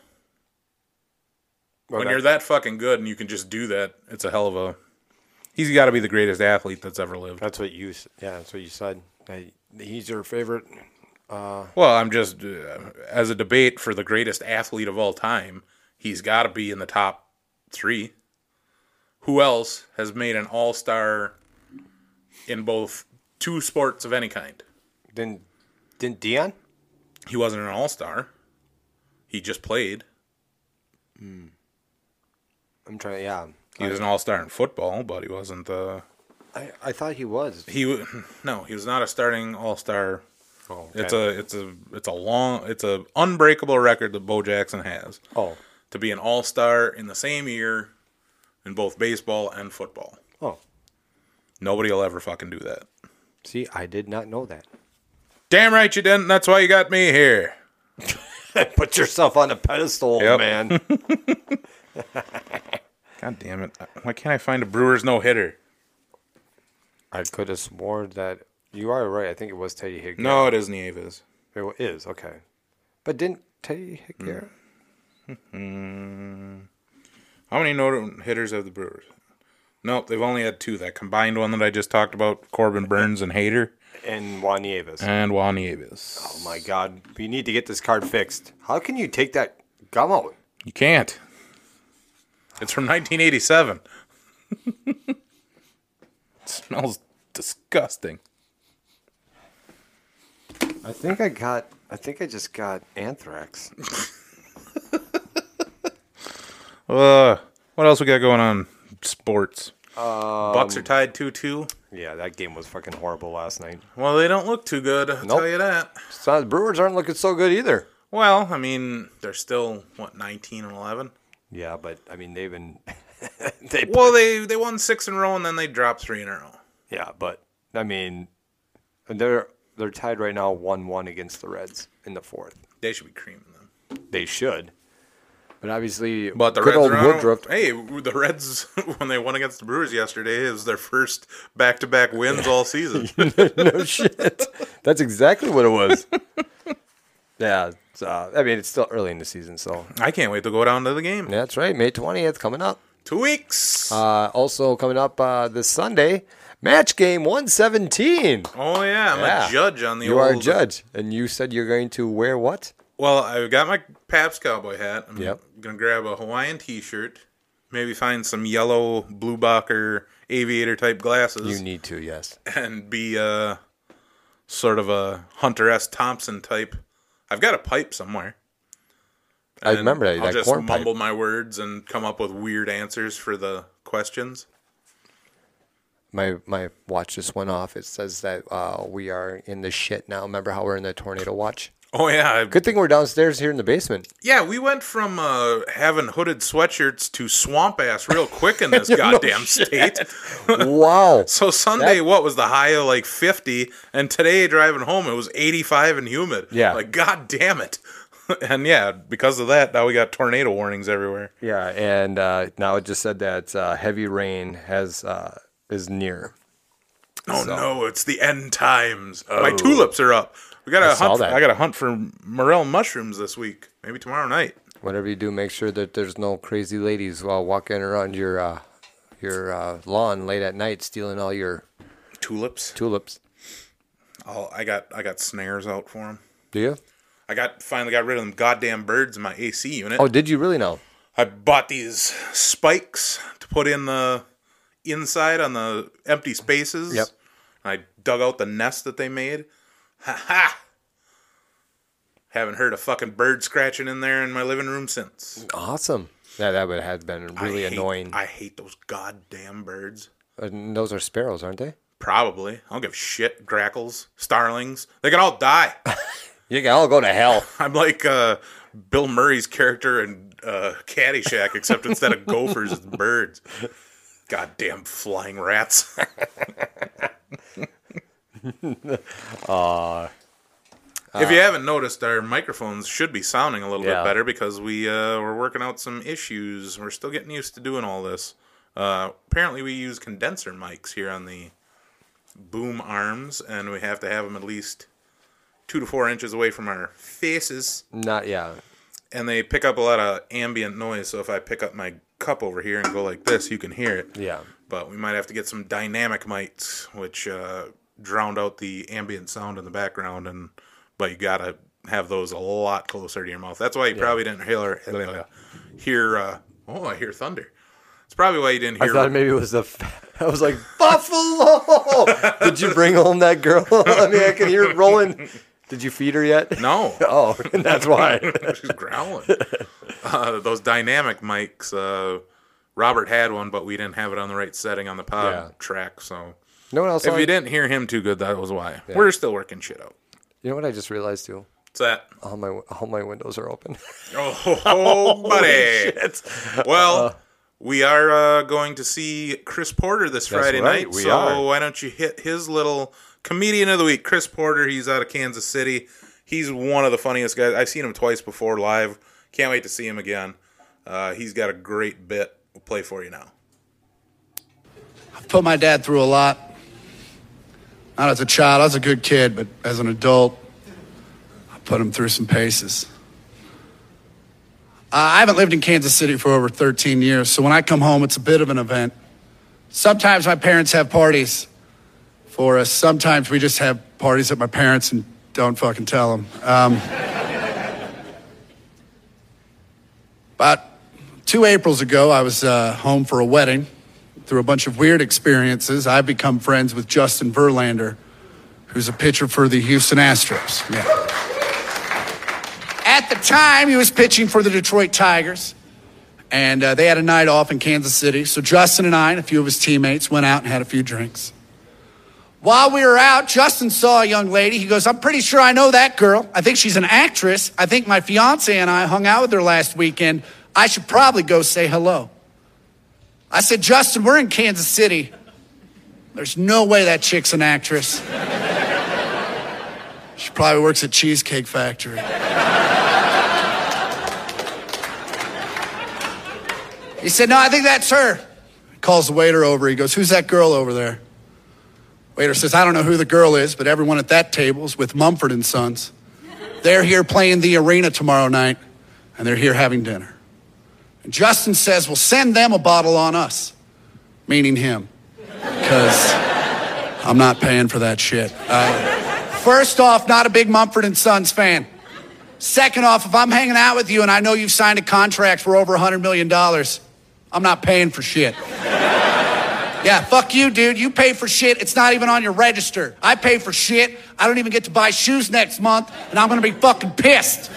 S2: When
S6: Okay.
S2: you're that fucking good and you can just do that, it's a hell of a. He's got to be the greatest athlete that's ever lived.
S4: That's what you. s- Yeah, that's what you said. That He's your favorite.
S2: Well, I'm just uh, as a debate for the greatest athlete of all time, he's got to be in the top 3. Who else has made an all-star in both two sports of any kind?
S4: Then, then Dion.
S2: He wasn't an all-star. He just played.
S4: I'm trying. Yeah,
S2: He was an all-star in football, but he wasn't the
S4: I, I thought he was.
S2: he w- [clears throat] no, he was not a starting all-star.
S4: Oh,
S2: It's a it's a it's a long it's a unbreakable record that Bo Jackson has.
S4: oh
S2: to be an all star in the same year in both baseball and football.
S4: oh.
S2: Nobody will ever fucking do that.
S4: See, I did not know that. [laughs]
S2: Damn right you didn't. That's why you got me here.
S4: Put yourself on a pedestal,
S2: Yep.
S4: [laughs] man.
S2: God damn it. Why can't I find a Brewers no hitter?
S4: I could have sworn that you are right. I think it was Teddy Higgins.
S2: No, it is Nieves.
S4: It wa- is okay, but didn't Teddy Higgins?
S2: How many no hitters have the Brewers? Nope, they've only had two. That combined one that I just talked about, Corbin Burns and Hayter,
S4: and Juan Nieves.
S2: and Juan Nieves.
S4: Oh my God, we need to get this card fixed. How can you take that gum out?
S2: You can't. It's from [laughs] 1987. it smells disgusting.
S4: I think I got. I think I just got anthrax.
S2: Uh, what else we got going on? Sports.
S4: Um,
S2: Bucks are tied two-two.
S4: Yeah, that game was fucking horrible last night.
S2: Well, they don't look too good. I'll
S4: Nope.
S2: tell you that.
S4: So the Brewers aren't looking so good either.
S2: Well, I mean, they're still what nineteen and eleven.
S4: Yeah, but I mean they've been. [laughs] they
S2: Well, they they won six in a row and then they dropped three in a row.
S4: yeah, but I mean, they're they're tied right now one one against the Reds in the fourth.
S2: They should be creaming them.
S4: They should. But obviously,
S2: But the
S4: good
S2: Reds
S4: old
S2: are on-
S4: Woodruff. [laughs]
S2: Hey, [laughs] the Reds when they won against the Brewers yesterday is their first back-to-back wins all
S4: [laughs]
S2: season.
S4: no shit. That's exactly what
S2: [laughs]
S4: it was. yeah, it's, uh, I mean it's still early in the season, so
S2: I can't wait to go down to the game.
S4: that's right. May twentieth coming up.
S2: Two weeks.
S4: Uh, also coming up uh, this Sunday, match game one seventeen.
S2: oh yeah, I'm
S4: yeah.
S2: a judge on the
S4: You
S2: old.
S4: are a judge, and you said you're going to wear what?
S2: Well, I've got my Pabst cowboy hat. I'm
S4: Yep.
S2: gonna grab a Hawaiian T-shirt. Maybe find some yellow Bluebacher aviator type
S4: You
S2: glasses
S4: need
S2: [laughs]
S4: to, yes.
S2: and be uh, sort of a Hunter S. Thompson type. I've got a pipe somewhere.
S4: I
S2: And
S4: remember that,
S2: I'll
S4: that
S2: just
S4: corn pipe.
S2: mumble my words and come up with weird answers for the questions.
S4: My my watch just went off. It says that uh, we are in the shit now. Remember how we're in the tornado watch?
S2: Oh yeah, I-
S4: Good thing we're downstairs here in the [laughs] basement.
S2: yeah. We went from uh, having hooded sweatshirts to swamp ass real quick
S4: [laughs]
S2: in this goddamn state.
S4: wow.
S2: So Sunday,
S4: That-
S2: what was the high of like fifty, and today driving home it was eighty-five and humid.
S4: Yeah.
S2: like god damn it. [laughs] and yeah, because of that, now we got tornado warnings everywhere.
S4: Yeah, and uh, now it just said that uh, heavy rain has uh, is near.
S2: Oh no, it's the end times. My tulips are up. We got
S4: I
S2: to
S4: saw
S2: hunt. For,
S4: that.
S2: I got to hunt for morel mushrooms this week. Maybe tomorrow night.
S4: Whatever you do, make sure that there's no crazy ladies while walking around your uh, your uh, lawn late at night stealing all your
S2: Tulips.
S4: tulips.
S2: Oh, I got I got snares out for them.
S4: Do you?
S2: I got finally got rid of them goddamn birds in my AC unit.
S4: Oh, did you really know?
S2: I bought these spikes to put in the inside on the empty spaces.
S4: Yep.
S2: And I dug out the nest that they made. Ha ha! Haven't heard a fucking bird scratching in there in my living room since.
S4: Awesome. Yeah, that would have been really
S2: I hate-
S4: annoying.
S2: I hate those goddamn birds.
S4: And those are sparrows, aren't they?
S2: Probably. I don't give a shit. Grackles, starlings. They can all die.
S4: You can all go to hell. [laughs]
S2: I'm like uh, Bill Murray's character in uh, Caddyshack, except instead of gophers, it's birds. Goddamn flying rats. if you haven't noticed, our microphones should be sounding a little
S4: Yeah.
S2: bit better because we uh, we're working out some issues. We're still getting used to doing all this. Uh, apparently, we use condenser mics here on the boom arms, and we have to have them at least two to four inches away from our faces
S7: Not yeah.
S2: and they pick up a lot of ambient noise. So if I pick up my cup over here and go like this, you can hear it.
S7: Yeah.
S2: But we might have to get some dynamic mics, which uh, drowned out the ambient sound in the background. And but you gotta have those a lot closer to your mouth. That's why you probably didn't
S7: [laughs]
S2: hear hear. Uh, oh, I hear thunder. It's probably why you didn't
S7: I
S2: hear.
S7: thought maybe it was the. F- [laughs] I was like
S2: [laughs]
S7: Buffalo. Did you bring home that girl? [laughs] I mean, I can hear it rolling. Did you feed her yet?
S2: no.
S7: [laughs]
S2: [laughs]
S7: Oh, that's why.
S2: She's growling. Uh, those dynamic mics. Uh, Robert had one, but we didn't have it on the right setting on the pod
S7: Yeah.
S2: track. So
S7: No one else.
S2: If
S7: saw
S2: you
S7: it?
S2: didn't hear him too good, that was why. We're still working shit out.
S7: you know what I just realized too?
S2: What's
S4: [laughs]
S2: that?
S7: All my all my windows are open. [laughs]
S2: Oh, [laughs] buddy. Well,
S4: Uh-huh.
S2: we are uh, going to see Chris Porter this Friday
S4: right,
S2: night.
S4: we
S2: so
S4: are.
S2: why don't you hit his little comedian of the week, Chris Porter? He's out of Kansas City. He's one of the funniest guys. I've seen him twice before live. Can't wait to see him again. Uh, he's got a great bit. We'll play for you now.
S8: put my dad through a lot. Not as a child, I was a good kid, but as an adult, I put him through some paces. Uh, I haven't lived in Kansas City for over 13 years, so when I come home, it's a bit of an event. Sometimes my parents have parties for us, sometimes we just have parties at my parents and don't fucking tell them. Um, [laughs] about two Aprils ago, I was uh, home for a wedding through a bunch of weird experiences, I've become friends with Justin Verlander, who's a pitcher for the Houston Astros. Yeah. At the time, he was pitching for the Detroit Tigers, and uh, they had a night off in Kansas City. So Justin and I and a few of his teammates went out and had a few drinks. While we were out, Justin saw a young lady. He goes, I'm pretty sure I know that girl. I think she's an actress. I think my fiance and I hung out with her last weekend. I should probably go say hello. I said, Justin, we're in Kansas City. There's no way that chick's an actress. [laughs] She probably works at Cheesecake Factory. he said, No, I think that's her. Calls the waiter over. He goes, Who's that girl over there? Waiter says, I don't know who the girl is, but everyone at that table is with Mumford and Sons. They're here playing the arena tomorrow night, and they're here having dinner. And Justin says, Well, send them a bottle on us, meaning him, because I'm not paying for that shit. Uh, first off, not a big Mumford and Sons fan. Second off, if I'm hanging out with you and I know you've signed a contract for over $100 million, I'm not paying for shit. Yeah, fuck you, dude. You pay for shit. It's not even on your register. I pay for shit. I don't even get to buy shoes next month, and I'm gonna be fucking pissed.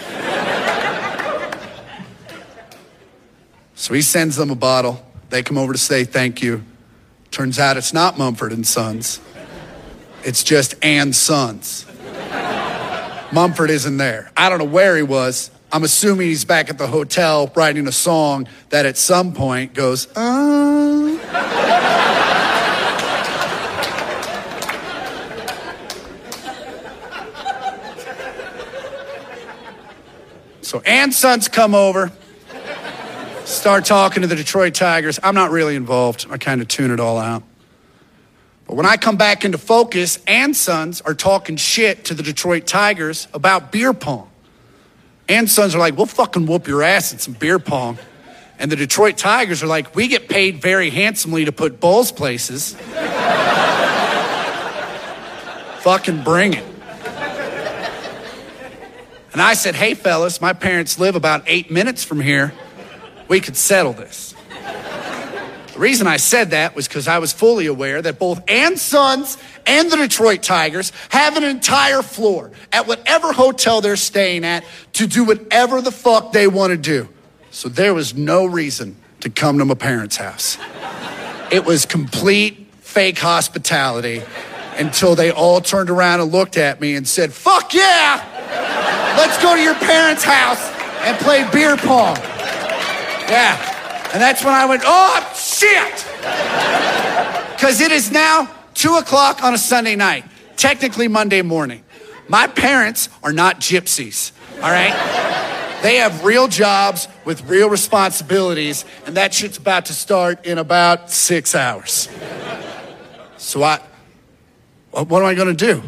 S8: So he sends them a bottle. They come over to say thank you. Turns out it's not Mumford and Sons. It's just and Sons. Mumford isn't there. I don't know where he was. I'm assuming he's back at the hotel writing a song that at some point goes, oh. So and Sons come over start talking to the Detroit Tigers. I'm not really involved. I kind of tune it all out. But when I come back into focus, and sons are talking shit to the Detroit Tigers about beer pong. And sons are like, we'll fucking whoop your ass at some beer pong. And the Detroit Tigers are like, we get paid very handsomely to put balls places. [laughs] fucking bring it. And I said, hey, fellas, my parents live about eight minutes from here we could settle this. The reason I said that was because I was fully aware that both Ann Sons and the Detroit Tigers have an entire floor at whatever hotel they're staying at to do whatever the fuck they want to do. So there was no reason to come to my parents' house. It was complete fake hospitality until they all turned around and looked at me and said, Fuck yeah! Let's go to your parents' house and play beer pong. Yeah. And that's when I went, oh, shit! Because it is now 2 o'clock on a Sunday night, technically Monday morning. My parents are not gypsies, all right? They have real jobs with real responsibilities, and that shit's about to start in about six hours. So I, what what am I gonna do?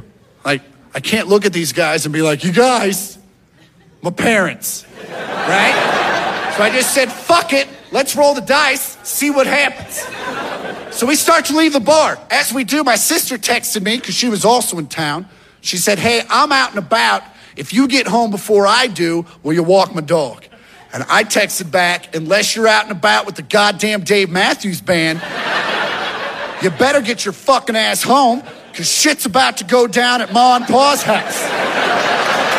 S8: Like, I can't look at these guys and be like, you guys, my parents, right? So I just said, fuck it, let's roll the dice, see what happens. So we start to leave the bar. As we do, my sister texted me because she was also in town. She said, Hey, I'm out and about. If you get home before I do, will you walk my dog? And I texted back, Unless you're out and about with the goddamn Dave Matthews band, you better get your fucking ass home because shit's about to go down at Ma and Pa's house.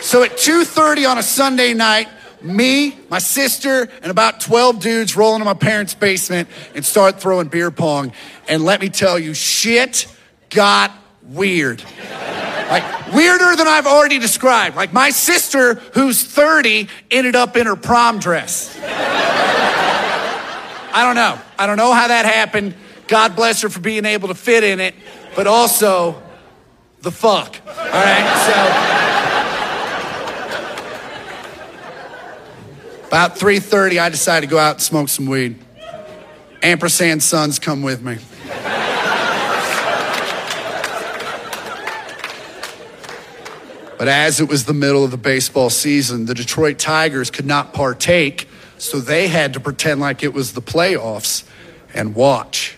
S8: So at 2:30 on a Sunday night, me, my sister, and about 12 dudes roll into my parents' basement and start throwing beer pong. And let me tell you, shit got weird. Like weirder than I've already described. Like my sister, who's 30, ended up in her prom dress. I don't know. I don't know how that happened. God bless her for being able to fit in it, but also the fuck. All right, so. About 3:30, I decide to go out and smoke some weed. Ampersand sons come with me. But as it was the middle of the baseball season, the Detroit Tigers could not partake, so they had to pretend like it was the playoffs and watch.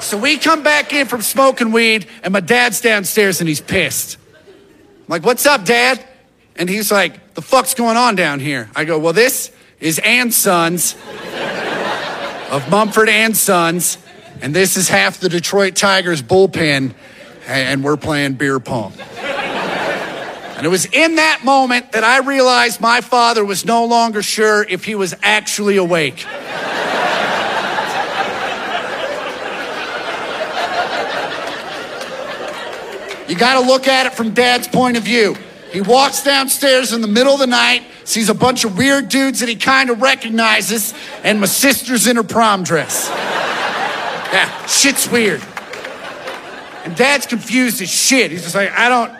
S8: So we come back in from smoking weed, and my dad's downstairs and he's pissed. I'm like, what's up, dad? And he's like, the fuck's going on down here? I go, well, this is and Sons of Mumford and Sons, and this is half the Detroit Tigers bullpen, and we're playing beer pong. And it was in that moment that I realized my father was no longer sure if he was actually awake. You got to look at it from dad's point of view. He walks downstairs in the middle of the night, sees a bunch of weird dudes that he kind of recognizes, and my sister's in her prom dress. Yeah, shit's weird. And dad's confused as shit. He's just like, I don't.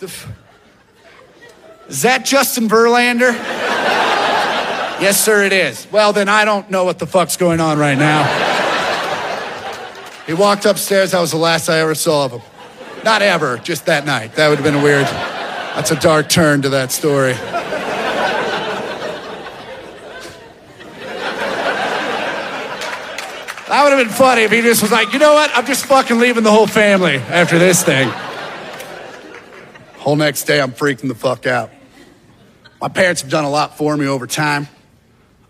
S8: the f- Is that Justin Verlander? [laughs] yes, sir, it is. Well, then I don't know what the fuck's going on right now. he walked upstairs. That was the last I ever saw of him. Not ever, just that night. That would have been weird. That's a dark turn to that story. That would have been funny if he just was like, you know what? I'm just fucking leaving the whole family after this thing. Whole next day, I'm freaking the fuck out. My parents have done a lot for me over time.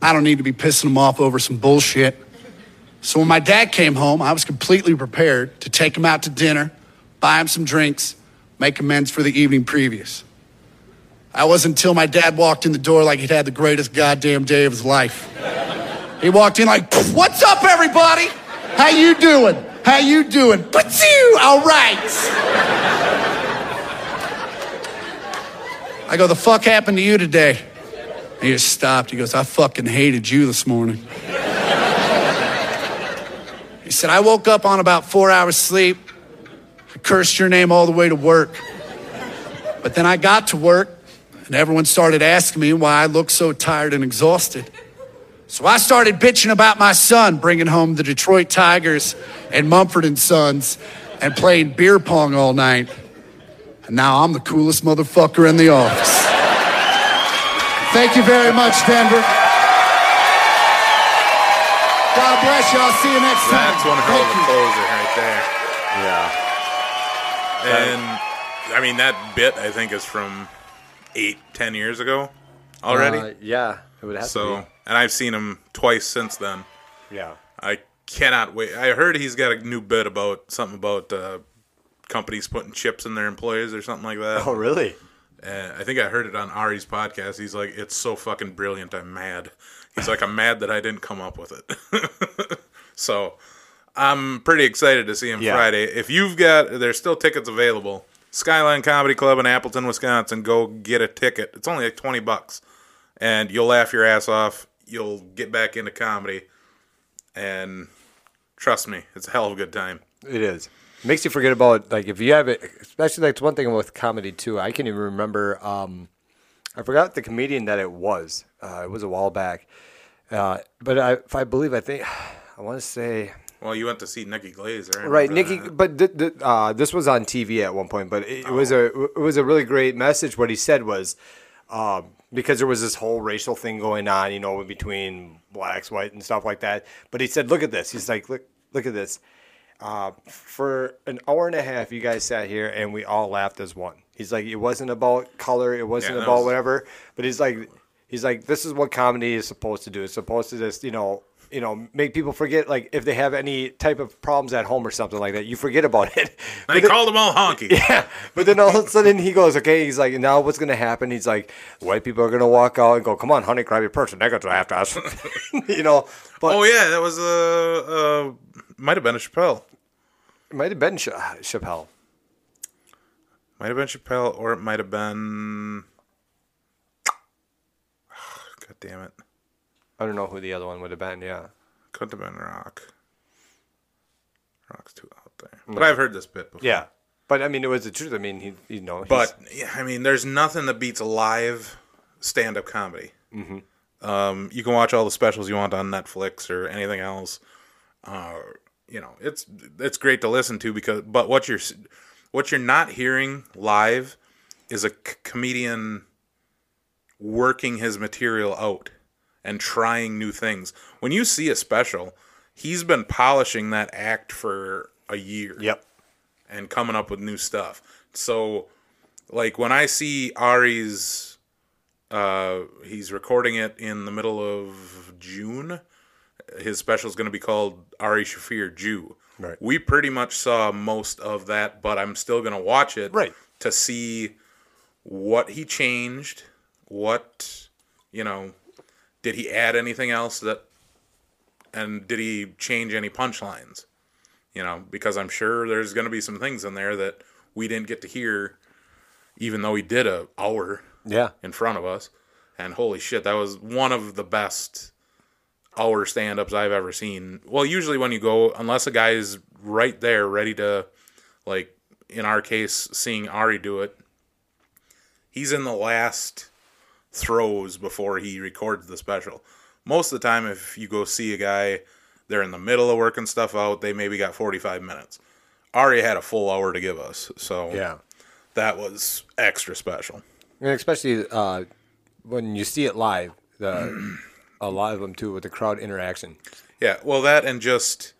S8: I don't need to be pissing them off over some bullshit. So when my dad came home, I was completely prepared to take him out to dinner, buy him some drinks, make amends for the evening previous. That wasn't until my dad walked in the door like he'd had the greatest goddamn day of his life. He walked in like, "What's up, everybody? How you doing? How you doing? But you, all right." I go, "The fuck happened to you today?" And he just stopped. He goes, "I fucking hated you this morning." he said, "I woke up on about four hours sleep. I cursed your name all the way to work, but then I got to work." And everyone started asking me why I looked so tired and exhausted. So I started bitching about my son bringing home the Detroit Tigers and Mumford and Sons and playing beer pong all night. And now I'm the coolest motherfucker in the office. Thank you very much, Denver. God bless you. I'll see you next time.
S2: That's one hell of a
S8: Thank you.
S2: closer right there.
S4: Yeah.
S2: And I mean that bit I think is from eight, ten years ago already.
S4: Uh, yeah. It would have
S2: so
S4: to
S2: and I've seen him twice since then.
S4: be. Yeah.
S2: I cannot wait. I heard he's got a new bit about something about uh, companies putting chips in their employees or something like that.
S4: Oh, really?
S2: Uh, I think I heard it on Ari's podcast. He's like, "It's so fucking brilliant. I'm mad." He's like, "I'm mad that I didn't come up with it." [laughs] so, I'm pretty excited to see him
S4: Yeah.
S2: Friday. If you've got, there's still tickets available. Skyline Comedy Club in Appleton, Wisconsin. Go get a ticket. It's only like twenty bucks. and you'll laugh your ass off. You'll get back into comedy, and trust me, it's a hell of a good time.
S7: It is.
S4: Makes you forget about like if you have it, especially like one thing with comedy too. I can even remember. Um, I forgot the comedian that it was. Uh, it was a while back, uh, but I, if I believe, I think [sighs] I want to say
S2: Well, you went to see Nikki Glazer, I
S4: right,
S2: remember
S4: Nikki.
S2: that.
S4: But th- th- uh, this was on TV at one point. But it, it was a
S2: Oh.
S4: it was a really great message. What he said was um, because there was this whole racial thing going on, you know, between blacks, white, and stuff like that. But he said, "Look at this." He's like, "Look, look at this." Uh, for an hour and a half, you guys sat here and we all laughed as one. He's like, it wasn't about color, it wasn't
S2: Yeah, that
S4: about
S2: was-
S4: whatever. But he's like, he's like, this is what comedy is supposed to do. It's supposed to just, you know, you know, make people forget like if they have any type of problems at home or something like that, you forget about it.
S2: And he called them all honky.
S4: [laughs] But then all of a sudden he goes, okay, he's like, now what's going to happen? He's like, white people are going to walk out and go, come on, honey, grab your purse. and They're going to have to ask. [laughs] you know, but
S2: Oh yeah, that was uh, uh might have been a Chappelle,
S4: it might have been Ch- Chappelle.
S2: might have been Chappelle, or it might have been. [sighs] God damn it,
S4: I don't know who the other one would have been. Yeah.
S2: could have been Rock. Rock's too out there, but I've heard this bit before.
S4: Yeah, but I mean, it was the truth. I mean, he, you know, he's-
S2: But yeah, I mean, there's nothing that beats live stand-up comedy. Um, you can watch all the specials you want on Netflix or anything else. Uh, you know, it's it's great to listen to because, but what you're s- what you're not hearing live is a c- comedian working his material out and trying new things. When you see a special, he's been polishing that act for a year
S4: yep,
S2: and coming up with new stuff. So, like when I see Ari's, uh, he's recording it in the middle of June. His special is going to be called Ari Shafir Jew.
S4: Right.
S2: We pretty much saw most of that, but I'm still going to watch it
S4: Right.
S2: to see what he changed, what you know, did he add anything else that, and did he change any punchlines? you know, because I'm sure there's going to be some things in there that we didn't get to hear, even though he did a hour
S4: yeah,
S2: in front of us. And holy shit, that was one of the best hour stand ups I've ever seen. Well, usually when you go, unless a guy is right there ready to, like in our case, seeing Ari do it, he's in the last throws before he records the special. Most of the time, if you go see a guy, they're in the middle of working stuff out, they maybe got 45 minutes. Ari had a full hour to give us, so
S4: yeah,
S2: that was extra special.
S4: and especially uh, when you see it live, the a lot of them too with the crowd interaction.
S2: Yeah, well, that and just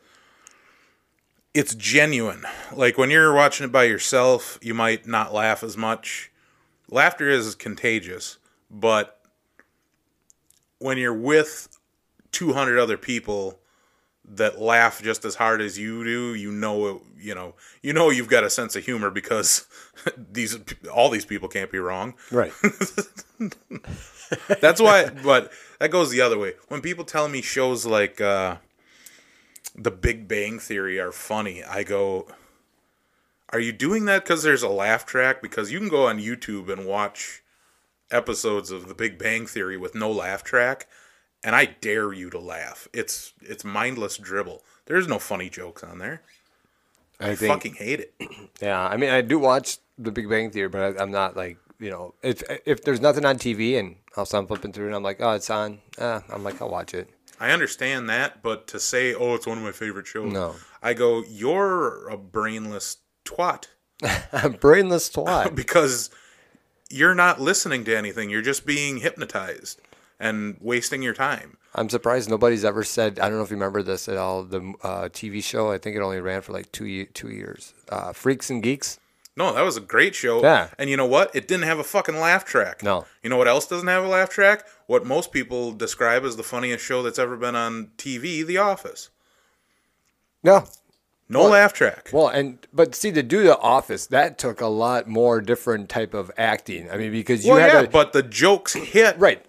S2: it's genuine. Like when you're watching it by yourself, you might not laugh as much. Laughter is contagious, but when you're with 200 other people that laugh just as hard as you do, you know it, you know you know you've got a sense of humor because [laughs] these all these people can't be wrong.
S4: Right.
S2: That's why, but that goes the other way. When people tell me shows like uh, The Big Bang Theory are funny, I go, Are you doing that because there's a laugh track? Because you can go on YouTube and watch episodes of The Big Bang Theory with no laugh track, and I dare you to laugh. It's it's mindless dribble. There's no funny jokes on there.
S4: I think.
S2: Fucking hate it.
S4: Yeah, I mean, I do watch The Big Bang Theory, but I, I'm not like you know, if if there's nothing on TV and I'll start flipping through and I'm like, oh, it's on. Uh, I'm like, I'll watch [laughs] it.
S2: I understand that, but to say, "Oh, it's one of my favorite shows,"
S4: No.
S2: I go, "You're a brainless twat."
S4: Brainless twat.
S2: because you're not listening to anything. You're just being hypnotized and wasting your time.
S4: [laughs] I'm surprised nobody's ever said. I don't know if you remember this at all. The uh, TV show. I think it only ran for like two ye- two years. Uh, Freaks and Geeks.
S2: No, that was a great show.
S4: Yeah.
S2: And you know what? It didn't have a fucking laugh track.
S4: No.
S2: You know what else doesn't have a laugh track? What most people describe as the funniest show that's ever been on TV, The Office.
S4: No,
S2: No laugh track.
S4: Well, and but see to do the office that took a lot more different type of acting. I mean, because you
S2: Well,
S4: had
S2: yeah,
S4: to
S2: but the jokes hit
S4: right,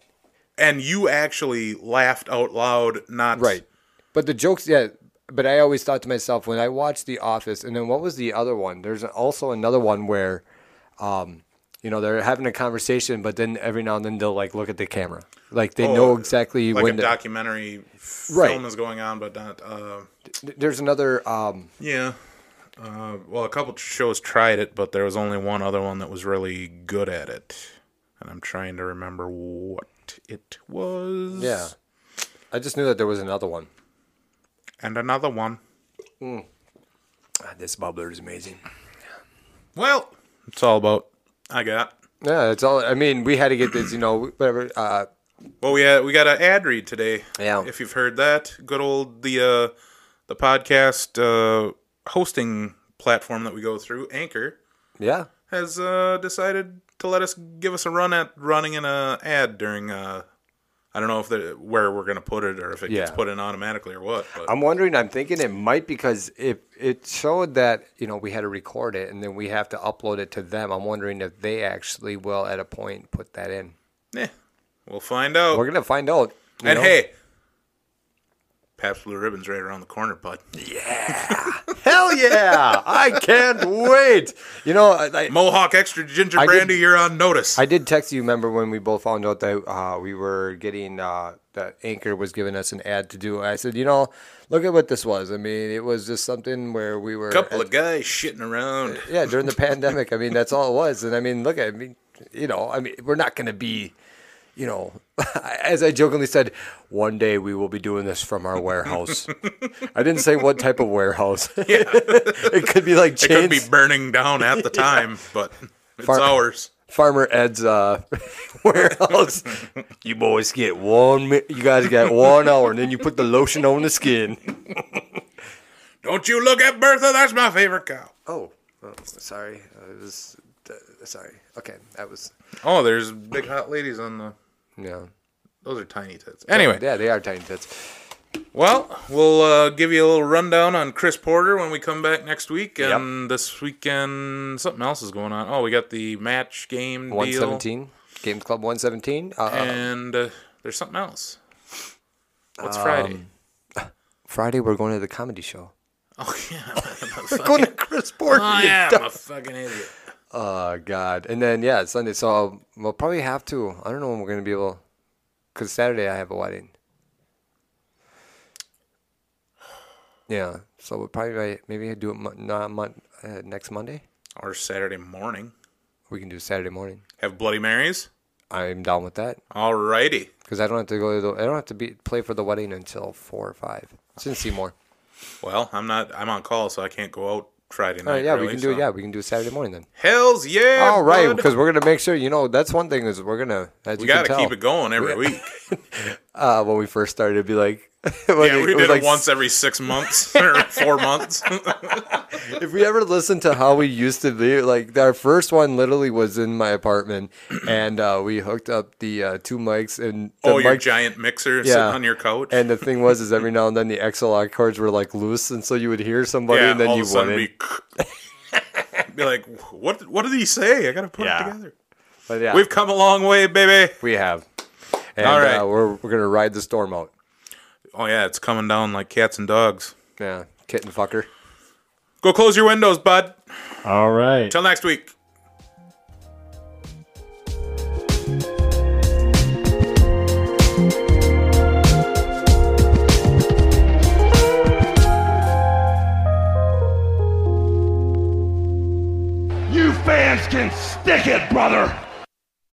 S2: and you actually laughed out loud, not
S4: right, but the jokes, yeah. But I always thought to myself when I watched The Office, and then what was the other one? There's also another one where, um, you know, they're having a conversation, but then every now and then they'll like look at the camera, like they know exactly
S2: like
S4: when.
S2: a
S4: the-
S2: documentary
S4: Right.
S2: film is going on, but not. Uh,
S4: There's another. Um,
S2: yeah. Uh, well, a couple shows tried it, but there was only one other one that was really good at it, and I'm trying to remember what it was.
S4: yeah, I just knew that there was another one.
S2: And another one.
S4: Ah, This bubbler is amazing.
S2: Well, it's all about. I got.
S4: Yeah, it's all. I mean, we had to get this. You know, whatever. Uh,
S2: Well, we had, we got an ad read today.
S4: Yeah.
S2: If you've heard that, good old the uh, the podcast uh, hosting platform that we go through, Anchor,
S4: yeah,
S2: has uh, decided to let us give us a run at running an uh, ad during. Uh, I don't know if the, where we're gonna put it or if it gets
S4: Yeah.
S2: put in automatically or what. But
S4: I'm wondering. I'm thinking it might because if it showed that you know we had to record it and then we have to upload it to them. I'm wondering if they actually will at a point put that in.
S2: eh, we'll find out.
S4: We're gonna find out. you
S2: and
S4: know?
S2: hey, Pabst Blue Ribbon's right around the corner, bud.
S4: hell yeah! [laughs] I can't wait. You know, I, I,
S2: Mohawk Extra Ginger
S4: I did-
S2: Brandy, you're on notice.
S4: I did text you. Remember when we both found out that uh, we were getting uh, that Anchor was giving us an ad to do? I said, you know, look at what this was. I mean, it was just something where we were
S2: couple of guys shitting around.
S4: yeah during the pandemic. I mean, that's all it was. And I mean, look, I mean, you know, I mean, we're not going to be, you know, [laughs] as I jokingly said, one day we will be doing this from our warehouse. I didn't say what type of [laughs] warehouse. it could be like
S2: It could be
S4: chains.
S2: burning down at
S4: [laughs]
S2: the time, but it's
S4: Far-
S2: ours.
S4: Farmer Ed's uh, [laughs] warehouse. [laughs] you boys get one. mi- You guys got one hour, and then you put the lotion on the skin.
S2: Don't you look at Bertha? That's my favorite cow.
S7: Oh, oh sorry. I was uh, sorry. Okay, that was
S2: Oh, there's big hot ladies on the.
S4: Yeah,
S2: Those are tiny tits. Anyway,
S4: yeah, they are tiny tits.
S2: well, we'll uh, give you a little rundown on Chris Porter when we come back next week. And this weekend, something else is going on. Oh, we got the match game
S4: One
S2: deal.
S4: seventeen. Games Club one seventeen. Uh,
S2: And uh, there's something else. What's Friday?
S4: Um, Friday we're going to the comedy show.
S2: [laughs] Oh, yeah.
S4: [laughs] Going to Chris Borg.
S2: I am a fucking idiot.
S4: [laughs] Oh God! And then yeah, it's Sunday. So I'll, we'll probably have to. I don't know when we're gonna be able. Cause Saturday I have a wedding. Yeah, so we'll probably might- maybe do it mon- not mon- uh, next Monday.
S2: Or Saturday morning.
S4: We can do Saturday morning.
S2: Have Bloody Marys.
S4: I'm down with that
S2: Alrighty.
S4: because I don't have to go. To the, I don't have to be play for the wedding until four or five. It's in Seymour.
S2: Well, I'm not. I'm on call, so I can't go out Friday night.
S4: All right, Oh, yeah, we
S2: really,
S4: can do it.
S2: so-
S4: Yeah, we can do it Saturday morning then.
S2: Hell's yeah.
S4: All right,
S2: bud.
S4: because we're gonna make sure. You know, that's one thing is we're gonna. As
S2: we
S4: you can
S2: gotta keep
S4: tell,
S2: it going every week.
S4: uh, when we first started, it'd be like, [laughs] when
S2: Yeah,
S4: it
S2: we
S4: was
S2: did
S4: like
S2: it once every six months [laughs] or four
S4: [laughs]
S2: months.
S4: If we ever listen to how we used to be, like our first one literally was in
S2: [clears throat]
S4: my apartment, and uh, we hooked up the uh, two mics and the
S2: oh, your
S4: mic-
S2: giant mixer sitting on your couch.
S4: And the thing was, is every now and then the XLR cords were like loose, and so you would hear somebody,
S2: yeah,
S4: and then
S2: all
S4: you
S2: of a sudden
S4: wouldn't.
S2: we- be [laughs] like, what? What did he say? I gotta put
S4: Yeah.
S2: it together.
S4: But yeah,
S2: We've come a long way, baby.
S4: we have. And,
S2: All right.
S4: uh, we're we're gonna ride the storm out.
S2: Oh yeah, it's coming down like cats and dogs.
S4: Yeah, kitten fucker.
S2: Go close your windows, bud.
S9: All right.
S2: Till next week.
S5: You fans can stick it, brother!